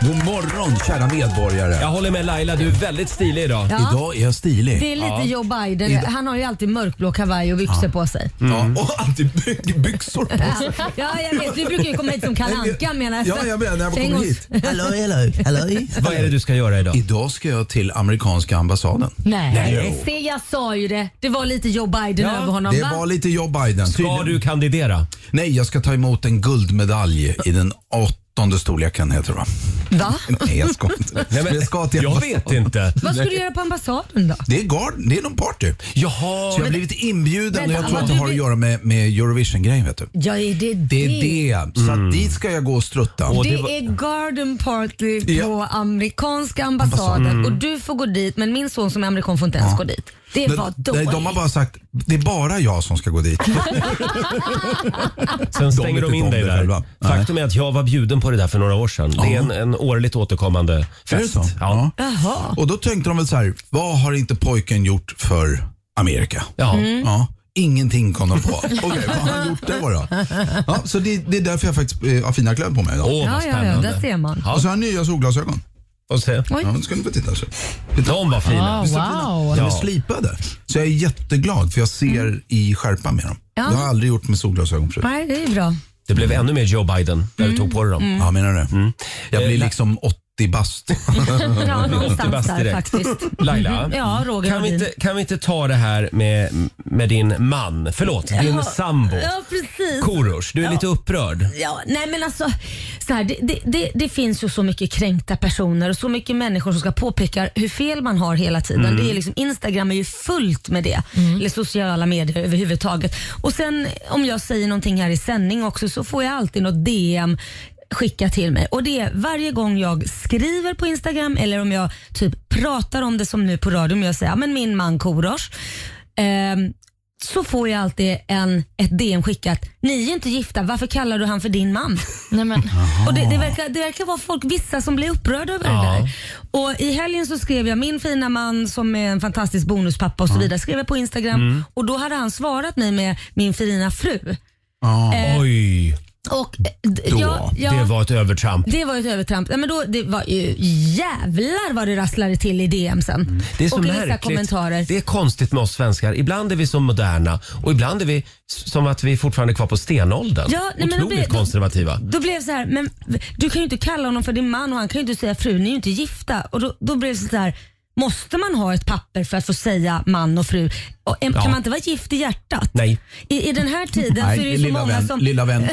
Speaker 8: God morgon kära medborgare.
Speaker 1: Jag håller med Laila, du är väldigt stilig idag.
Speaker 2: Ja.
Speaker 8: Idag är jag stilig.
Speaker 2: Det är lite Joe Biden. Han har ju alltid mörkblå kavaj och byxor på sig.
Speaker 1: Mm.
Speaker 8: Ja, och alltid by- byxor på sig.
Speaker 2: Ja, jag vet. Du brukar ju komma hit som Kalle Anka menar jag.
Speaker 8: Ja, jag menar när jag
Speaker 2: Tänk
Speaker 8: kommer
Speaker 2: oss.
Speaker 8: hit. Hallå, hallå, hallå.
Speaker 1: Vad är det du ska göra idag?
Speaker 8: Idag ska jag till amerikanska ambassaden.
Speaker 5: Nej.
Speaker 2: Se, jag sa ju det. Det var lite Joe Biden
Speaker 1: Ja,
Speaker 2: över honom.
Speaker 8: Det
Speaker 2: va?
Speaker 8: var lite Joe Biden.
Speaker 1: Ska
Speaker 8: Tydligen-
Speaker 1: du kandidera?
Speaker 8: Nej, jag ska ta emot en guldmedalj i den åttonde storleken heter det va?
Speaker 2: va?
Speaker 8: Nej, jag ska
Speaker 1: [laughs]
Speaker 8: inte. Nej, men, jag ska till
Speaker 1: jag
Speaker 8: ambassaden.
Speaker 1: vet inte.
Speaker 2: Vad ska du göra på ambassaden då?
Speaker 8: Det är, garden, det är någon party.
Speaker 1: Jaha,
Speaker 8: Så jag har blivit inbjuden och
Speaker 2: Vänta,
Speaker 8: jag tror att
Speaker 2: vad
Speaker 8: det
Speaker 2: du
Speaker 8: har att
Speaker 2: vill-
Speaker 8: göra med, med Eurovision-grejen vet du.
Speaker 2: Ja, är det det?
Speaker 8: Det är det. Så att dit ska jag gå och strutta.
Speaker 1: Mm. Och
Speaker 2: Det
Speaker 1: det var-
Speaker 2: är garden party på
Speaker 8: Ja.
Speaker 2: amerikanska ambassaden och du får gå dit men min son som är amerikan får inte ens gå dit. Det
Speaker 8: Men-
Speaker 2: var
Speaker 8: nej,
Speaker 2: dåligt.
Speaker 8: de har bara sagt det är bara jag som ska gå dit.
Speaker 1: sen stänger
Speaker 8: vet
Speaker 1: de in
Speaker 8: inte
Speaker 1: dig
Speaker 8: om det
Speaker 1: där.
Speaker 8: själva. Nej.
Speaker 1: Faktum är att jag var bjuden på det där för några år sedan. Det är en, en årligt återkommande
Speaker 8: Är det
Speaker 1: fest.
Speaker 8: så?
Speaker 1: Ja.
Speaker 2: Jaha.
Speaker 8: Och då tänkte de väl så här, vad har inte pojken gjort för Amerika?
Speaker 2: Mm.
Speaker 1: Ja.
Speaker 8: Ja, ingenting kom
Speaker 2: [laughs]
Speaker 8: de på. Okej, vad har han gjort det då? Ja, så det, det är därför jag faktiskt eh, har fina kläder på mig idag.
Speaker 1: Åh,
Speaker 2: Ja,
Speaker 1: vad
Speaker 2: ja, ja,
Speaker 1: spännande.
Speaker 2: där ser man.
Speaker 8: Och så har jag nya solglasögon.
Speaker 1: Och se.
Speaker 8: Ja, nu ska ni få titta. Så.
Speaker 1: De var fina.
Speaker 5: Ja, wow.
Speaker 8: De är
Speaker 1: Ja.
Speaker 8: slipade. Så jag är jätteglad för jag ser i skärpan med dem. Det har jag aldrig gjort med solglasögon förut.
Speaker 2: Nej, det är bra.
Speaker 1: Det blev ännu mer Joe Biden när du tog på dig dem.
Speaker 2: Mm.
Speaker 8: Ja, menar du? Jag
Speaker 1: Eh,
Speaker 8: blir
Speaker 1: la-
Speaker 8: liksom 80 bast.
Speaker 2: Ja, någonstans
Speaker 1: bast
Speaker 2: där
Speaker 1: direkt.
Speaker 2: faktiskt.
Speaker 1: Laila,
Speaker 2: [laughs] Ja, Roger
Speaker 1: kan, vi
Speaker 2: Nordin.
Speaker 1: inte, kan vi inte ta det här med, med din man? Förlåt, din sambo.
Speaker 2: Ja, precis.
Speaker 1: Korosh, du är lite upprörd.
Speaker 2: Ja, nej men alltså, så här, det, det, det, det finns ju så mycket kränkta personer och så mycket människor som ska påpeka hur fel man har hela tiden. Det är liksom, Instagram är ju fullt med det, eller sociala medier överhuvudtaget. Och sen om jag säger någonting här i sändning också så får jag alltid något DM skicka till mig. Och det är varje gång jag skriver på Instagram eller om jag typ pratar om det som nu på radion, jag säger "Ja, men min man Korosh. Ehm, så får jag alltid en, ett DM skickat. Ni är inte gifta, varför kallar du han för din man?
Speaker 5: Nej, men.
Speaker 2: Och det, det, verkar, det verkar vara folk, vissa som blir upprörda över det
Speaker 1: Ja.
Speaker 2: där. Och I helgen så skrev jag min fina man som är en fantastisk bonuspappa och så vidare, skrev jag på Instagram
Speaker 1: Mm.
Speaker 2: och då hade han svarat mig med min fina fru.
Speaker 1: Oj,
Speaker 2: Och, eh, d- ja, Eh, ja.
Speaker 1: det var ett övertramp.
Speaker 2: Det var ju ett övertramp. Nej, men då, det var ju, jävlar vad det rasslade till i DM sen.
Speaker 1: Det är så
Speaker 2: och i vissa
Speaker 1: märkligt.
Speaker 2: kommentarer.
Speaker 1: Det är konstigt med oss svenskar. Ibland är vi så moderna och ibland är vi s- som att vi fortfarande är kvar på stenåldern.
Speaker 2: Ja, nej, men då
Speaker 1: Otroligt
Speaker 2: blir- då-
Speaker 1: konservativa.
Speaker 2: Då blev det så här, men du kan ju inte kalla honom för din man och han kan ju inte säga fru, ni är ju inte gifta. Och då, då blev det så här, måste man ha ett papper för att få säga man och fru? Och, em-
Speaker 1: Ja.
Speaker 2: Kan man inte vara gift i hjärtat?
Speaker 1: Nej.
Speaker 2: I, i den här tiden så är det ju så
Speaker 8: lilla
Speaker 2: många
Speaker 8: vän.
Speaker 2: som...
Speaker 8: Lilla vän. Eh,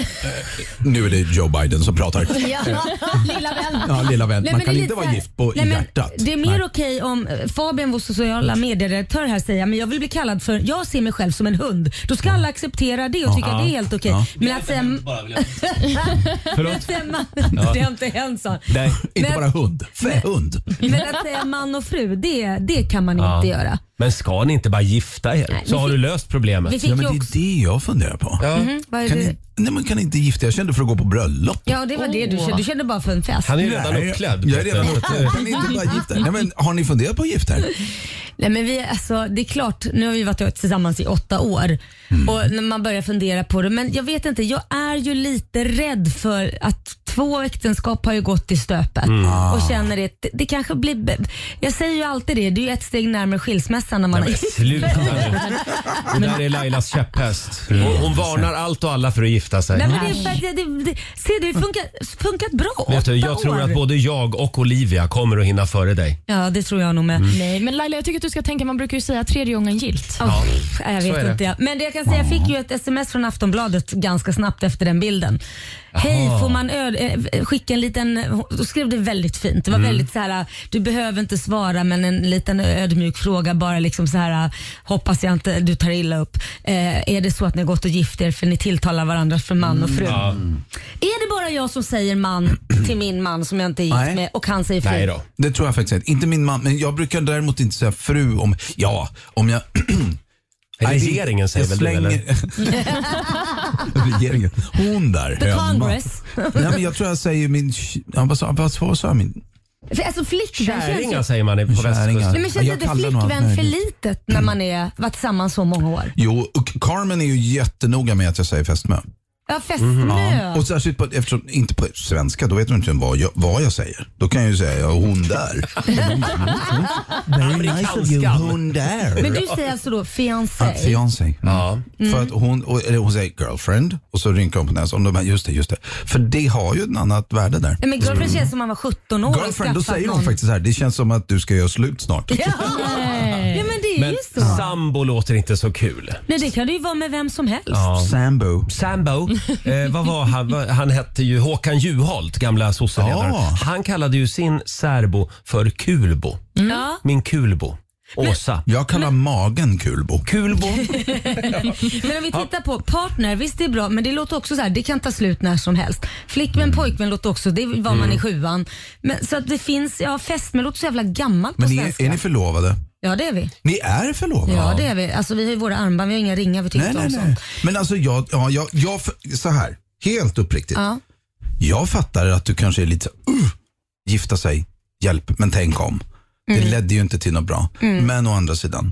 Speaker 8: Nu är det Joe Biden som pratar.
Speaker 2: [laughs] Ja, lilla vän.
Speaker 8: Ja, lilla vän.
Speaker 2: Nej,
Speaker 8: Man
Speaker 2: men det är
Speaker 8: kan inte
Speaker 2: lite
Speaker 8: vara
Speaker 2: så här-
Speaker 8: gift på i
Speaker 2: Nej, men
Speaker 8: hjärtat.
Speaker 2: Det är mer okej om eh, Fabian, vår sociala medieredaktör här säger men jag vill bli kallad för, jag ser mig själv som en hund. Då ska alla acceptera det och tycka att det är helt okej. Men att säga...
Speaker 1: Mm.
Speaker 2: [laughs] Men att säga man, [laughs] det har inte hänt så.
Speaker 1: Nej.
Speaker 8: Inte
Speaker 2: men-
Speaker 8: bara hund. Fähund.
Speaker 2: Men att säga man och fru, det, det kan man inte göra.
Speaker 1: Men ska ni inte bara gifta er?
Speaker 2: Nej,
Speaker 1: så
Speaker 2: vi
Speaker 1: har
Speaker 2: fick-
Speaker 1: du löst problemet.
Speaker 2: Vi fick
Speaker 8: Ja, men
Speaker 2: ju
Speaker 8: det är
Speaker 2: också...
Speaker 8: det jag funderar på.
Speaker 2: Mm, vad är
Speaker 8: Kan
Speaker 2: det?
Speaker 8: ni, nej, man kan inte gifta Jag kände för att gå på bröllop.
Speaker 2: Ja, det var det du kände. Du kände bara för en fest.
Speaker 1: Han är ju redan
Speaker 8: Nej,
Speaker 1: uppklädd.
Speaker 8: Jag är redan
Speaker 1: Peter.
Speaker 8: uppklädd. Kan ni inte bara gifta er? Nej, men, har ni funderat på att gifta er?
Speaker 2: Nej, men vi, alltså, det är klart, nu har vi varit tillsammans i åtta år
Speaker 1: Mm.
Speaker 2: och när man börjar fundera på det. Men jag vet inte, jag är ju lite rädd för att två äktenskap har ju gått i stöpet
Speaker 1: Mm. Ah.
Speaker 2: och känner det, det, det kanske blir... b- Jag säger ju alltid det, det är ju ett steg närmare skilsmässan när man
Speaker 1: Nej, men
Speaker 2: har
Speaker 1: sluta nu. Det där är Lailas käpphäst. Mm. Hon, hon varnar allt och alla för att gifta
Speaker 2: [laughs]
Speaker 1: sig.
Speaker 2: Nej, men det är för att jag, det, det, se, det har funkat, funkat bra.
Speaker 1: Vet du,
Speaker 2: åtta
Speaker 1: jag tror
Speaker 2: år.
Speaker 1: att både jag och Olivia kommer att hinna före dig.
Speaker 2: Ja, det tror jag nog med.
Speaker 1: Mm.
Speaker 5: Nej, men Laila, jag tycker att du ska tänka, man brukar ju säga tredje gången gillt.
Speaker 2: Ja, jag
Speaker 1: så är
Speaker 2: vet
Speaker 1: det.
Speaker 2: inte. Jag. Men det jag kan säga, jag fick ju ett sms från Aftonbladet ganska snabbt efter den bilden. Hej, får man ö- eh, skicka en liten... Då skrev det väldigt fint. Det var
Speaker 1: Mm.
Speaker 2: väldigt så här, du behöver inte svara men en liten ödmjuk fråga bara liksom så här, hoppas jag inte du tar illa upp. Eh, är det så att ni har gått och gift er för ni tilltalar varandra för man och fru?
Speaker 1: Mm.
Speaker 2: Är det bara jag som säger man till min man som jag inte är gift
Speaker 8: Nej.
Speaker 2: med och han säger fru?
Speaker 1: Nej då.
Speaker 8: Det tror jag faktiskt inte. Inte min man, men jag brukar däremot inte säga fru om, ja, om jag... Nej, det-
Speaker 1: Regeringen säger
Speaker 8: jag
Speaker 1: väl du, eller?
Speaker 8: slänger- [laughs] regeringen. Hon där.
Speaker 2: The
Speaker 8: hemma.
Speaker 2: Congress.
Speaker 8: Nej, men jag tror jag säger min... Ja, vad sa- vad sa vad sa jag? Min
Speaker 2: För Alltså flickvän känns ju-
Speaker 1: Käringar säger man på
Speaker 8: Käringar.
Speaker 1: västkusten.
Speaker 2: Nej, men känns
Speaker 8: Jag
Speaker 2: inte
Speaker 8: kallar nog allt
Speaker 2: flickvän för
Speaker 8: möjligt.
Speaker 2: litet när man är varit tillsammans så många år?
Speaker 8: Jo, och Carmen är ju jättenoga med att jag säger fästmö.
Speaker 2: Ja, fästmö.
Speaker 8: Mhm. Och särskilt på, eftersom, inte på svenska, då vet hon inte vad jag, vad jag säger. Då kan jag ju säga, ja, hon där.
Speaker 2: [laughs]
Speaker 8: Very nice of you, hon där.
Speaker 2: Men du säger alltså då fiancé?
Speaker 8: Fiancé.
Speaker 1: Ja.
Speaker 2: Mm.
Speaker 8: För att hon, och- eller hon säger girlfriend och så rynkar hon på näsan. Och de bara, just det, just det. För det har ju ett annat värde där.
Speaker 2: Nej, men girlfriend känns som man var 17 år och
Speaker 8: Mm. Girlfriend, då
Speaker 2: skaffat
Speaker 8: säger hon
Speaker 2: någon.
Speaker 8: faktiskt så här, det känns som att du ska göra slut snart.
Speaker 2: [laughs] Ja, ja men det är
Speaker 1: Men
Speaker 2: ju så.
Speaker 1: sambo låter inte så kul.
Speaker 2: Nej, det kan det ju vara med vem som helst.
Speaker 8: Sambo.
Speaker 1: Sambo, eh, vad var han? Vad- Han hette ju Håkan Juholt, gamla sosseledaren.
Speaker 8: Ja.
Speaker 1: Han kallade ju sin särbo för kulbo.
Speaker 2: Ja.
Speaker 1: Min kulbo. Åsa.
Speaker 8: Jag kallar magen kulbo.
Speaker 1: Kulbo.
Speaker 2: Men om vi tittar på partner, visst det är bra men det låter också så här, det kan ta slut när som helst.
Speaker 8: Mm.
Speaker 2: Flickvän, pojkvän låter också, det var man i sjuan. Men, så att det finns, ja fästmö låter så jävla gammalt på
Speaker 8: Men är,
Speaker 2: svenska.
Speaker 8: är ni förlovade?
Speaker 2: Ja det är vi.
Speaker 8: Ni är förlovade?
Speaker 2: Ja det är vi. Alltså vi har ju våra armband, vi har inga ringar, vi tycker
Speaker 8: Nej,
Speaker 2: inte
Speaker 8: nej,
Speaker 2: om
Speaker 8: nej.
Speaker 2: sånt.
Speaker 8: Men alltså jag, ja, jag, jag, f- så här, helt uppriktigt. Jag fattar att du kanske är lite så, uh, gifta sig, hjälp, men tänk om.
Speaker 2: Mm.
Speaker 8: Det ledde ju inte till något bra. Men å andra sidan,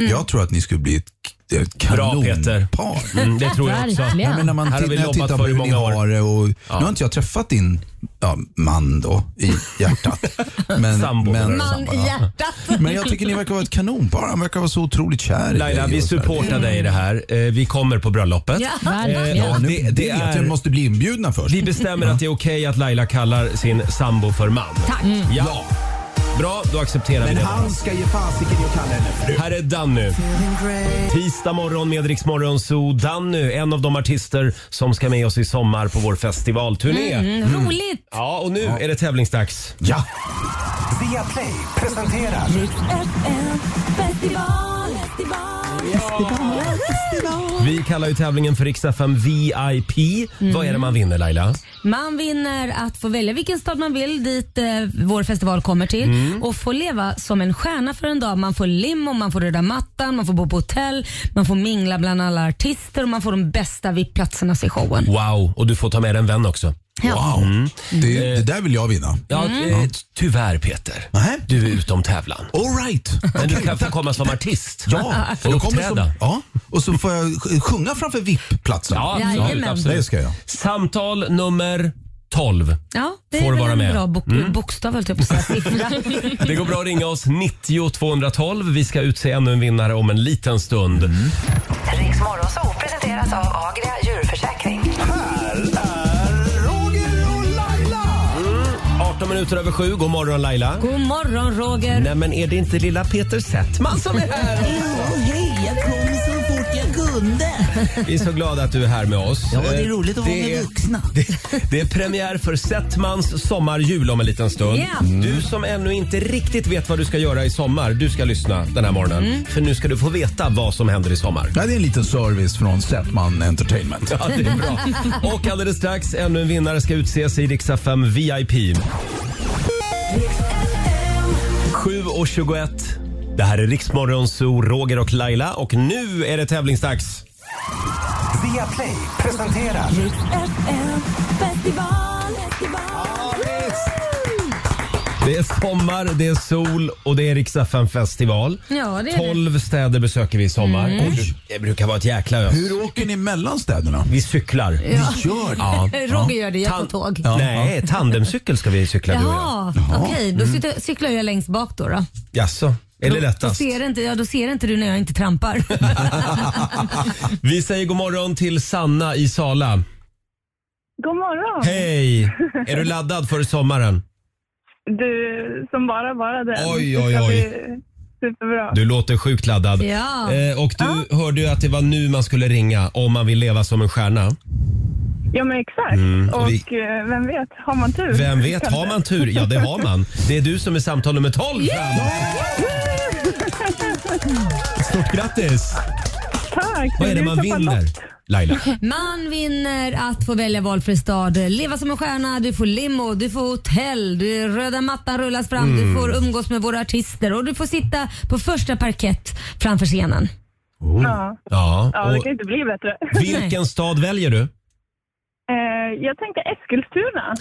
Speaker 2: Mm.
Speaker 8: jag tror att ni skulle bli ett, k- ett
Speaker 1: Bra Peter.
Speaker 8: kanonpar.
Speaker 1: Mm, det tror jag också.
Speaker 5: Verkligen.
Speaker 8: Nej, men när man
Speaker 1: Här har
Speaker 8: t-
Speaker 1: vi
Speaker 8: när jag
Speaker 1: jobbat
Speaker 8: tittar
Speaker 1: för
Speaker 8: på
Speaker 1: i
Speaker 8: hur ni
Speaker 1: många år.
Speaker 8: har det och, Nu har inte jag träffat din ja, man då i hjärtat.
Speaker 1: [laughs]
Speaker 8: Men,
Speaker 1: Sambo.
Speaker 8: men,
Speaker 2: Man
Speaker 8: sambo,
Speaker 2: i
Speaker 8: ja. [laughs]
Speaker 2: hjärtat.
Speaker 8: men jag tycker ni verkar vara ett kanonpar. Han verkar vara så otroligt kär i
Speaker 1: Laila,
Speaker 8: dig
Speaker 1: vi
Speaker 8: och så här.
Speaker 1: supportar dig i det här. Eh, Vi kommer på bröllopet. [laughs]
Speaker 2: Ja. Eh,
Speaker 5: Verkligen.
Speaker 1: och
Speaker 8: Ja, nu
Speaker 1: det, det
Speaker 8: vet jag
Speaker 1: är,
Speaker 8: måste bli inbjudna först.
Speaker 1: vi bestämmer att det är okej att Laila kallar sin sambo för man.
Speaker 2: Tack.
Speaker 1: Ja. Bra, då accepterar vi
Speaker 4: Men
Speaker 1: det.
Speaker 4: han ska ge fasiken i att kalla henne fru.
Speaker 1: Här är Danny. Tisdag morgon med Rix Morgon Zoo. Danny, en av de artister som ska med oss i sommar på vår festivalturné.
Speaker 2: Mm. Roligt!
Speaker 1: Ja, och nu är det tävlingsdags.
Speaker 8: Ja.
Speaker 4: Via Play presenterar
Speaker 1: Vi kallar ju tävlingen för Rix FM VIP. Vad är det man vinner Laila?
Speaker 2: Man vinner att få välja vilken stad man vill dit eh, vår festival kommer till
Speaker 1: Mm.
Speaker 2: och få leva som en stjärna för en dag. Man får limo, man får röda mattan, man får bo på hotell, man får mingla bland alla artister och man får de bästa VIP-platserna i showen.
Speaker 1: Wow, och du får ta med dig en vän också.
Speaker 8: Wow.
Speaker 1: Mm.
Speaker 8: Det, det där vill jag vinna.
Speaker 1: Ja, eh, tyvärr Peter.
Speaker 8: Nej.
Speaker 1: Du är utom tävlan.
Speaker 8: All right.
Speaker 1: Men du kan få komma som artist. [laughs]
Speaker 8: Ja,
Speaker 1: Och
Speaker 8: jag kommer
Speaker 1: uppträda.
Speaker 8: som, ja, och så får jag sj- sjunga framför VIP-platsen.
Speaker 1: Ja, absolut,
Speaker 2: Jajamän.
Speaker 1: absolut.
Speaker 8: Det ska jag.
Speaker 1: Samtal nummer 12.
Speaker 2: Ja, det
Speaker 1: Får
Speaker 2: är väl
Speaker 1: vara
Speaker 2: en
Speaker 1: med. Mm.
Speaker 2: bra bok- bokstav höll jag på att säga.
Speaker 1: [laughs]
Speaker 2: Siffra.
Speaker 1: Det går bra att ringa oss 90 212. Vi ska utse ännu en vinnare om en liten stund.
Speaker 3: Riks Morgonzoo presenteras av Agria djurförsäkring.
Speaker 4: Roger och Laila.
Speaker 1: 18 minuter över sju. God morgon Laila.
Speaker 2: God morgon Roger!
Speaker 1: Nej men är det inte lilla Peter Settman som är
Speaker 9: [laughs]
Speaker 1: här?
Speaker 9: Hej, jag kom så fort jag kunde.
Speaker 1: Vi är så glada att du är här med oss.
Speaker 9: Ja, det är
Speaker 1: Eh,
Speaker 9: roligt att vara med
Speaker 1: är-
Speaker 9: vuxna.
Speaker 1: [laughs] Det, det är premiär för Settmans sommarjul om en liten stund.
Speaker 2: Ja.
Speaker 9: Mm.
Speaker 1: Du som ännu inte riktigt vet vad du ska göra i sommar, du ska lyssna den här morgonen.
Speaker 9: Mm.
Speaker 1: För nu ska du få veta vad som händer i sommar.
Speaker 8: Ja, det är en liten service från Setman Entertainment.
Speaker 1: Ja, det är bra. Och alldeles strax, ännu en vinnare ska utses i Riksa 5 VIP. 7.21. Det här är Riksmorgon Zoo, Roger och Laila och nu är det tävlingsdags.
Speaker 4: Via Play presenterar
Speaker 1: Det Det är sommar, det är sol och det är Rix FM festival.
Speaker 2: Ja, det är det.
Speaker 1: 12 städer besöker vi i sommar.
Speaker 2: Mm.
Speaker 1: Oj, Det brukar vara ett jäkla ös.
Speaker 8: Hur åker ni mellan städerna?
Speaker 1: Vi cyklar.
Speaker 8: Ni gör det?
Speaker 1: Ja.
Speaker 2: Roger gör det, jag tar
Speaker 1: Tan-
Speaker 2: tåg.
Speaker 1: Ja. Nej, tandemcykel ska vi cykla du och jag.
Speaker 2: Jaha, okej. Då
Speaker 1: Mm.
Speaker 2: sitter, cyklar jag längst bak då. Då,
Speaker 1: Jaså, är det
Speaker 2: då,
Speaker 1: lättast?
Speaker 2: ser, inte, ja, då ser inte du när jag inte
Speaker 1: [laughs]
Speaker 2: trampar.
Speaker 1: Vi säger god morgon till Sanna i Sala.
Speaker 7: God morgon!
Speaker 1: Hej! Är du laddad för sommaren?
Speaker 7: Du som bara bara den.
Speaker 1: Oj,
Speaker 7: Det
Speaker 1: oj,
Speaker 7: ska
Speaker 1: oj.
Speaker 7: bli Superbra.
Speaker 1: Du låter sjukt laddad.
Speaker 2: Ja.
Speaker 1: Eh, och du hörde ju att det var nu man skulle ringa om man vill leva som en stjärna.
Speaker 7: Ja men exakt. och
Speaker 1: och Mm. vi-
Speaker 7: eh, vem vet, har man tur?
Speaker 1: Vem vet, har man tur? Ja, det har man. Det är du som är samtal nummer 12 fram. Stort grattis!
Speaker 7: Tack!
Speaker 1: Vad är det
Speaker 7: du
Speaker 1: man
Speaker 7: tappar
Speaker 1: vinner?
Speaker 7: lock.
Speaker 1: Laila?
Speaker 2: Man vinner att få välja valfri stad, leva som en stjärna, du får limo, du får hotell, du, röda mattan rullas fram,
Speaker 1: Mm.
Speaker 2: du får umgås med våra artister och du får sitta på första parkett framför scenen.
Speaker 7: Ja,
Speaker 1: Ja.
Speaker 7: ja det
Speaker 1: Och
Speaker 7: kan inte bli bättre.
Speaker 1: vilken stad väljer du?
Speaker 7: Eh, jag tänkte Eskilstuna.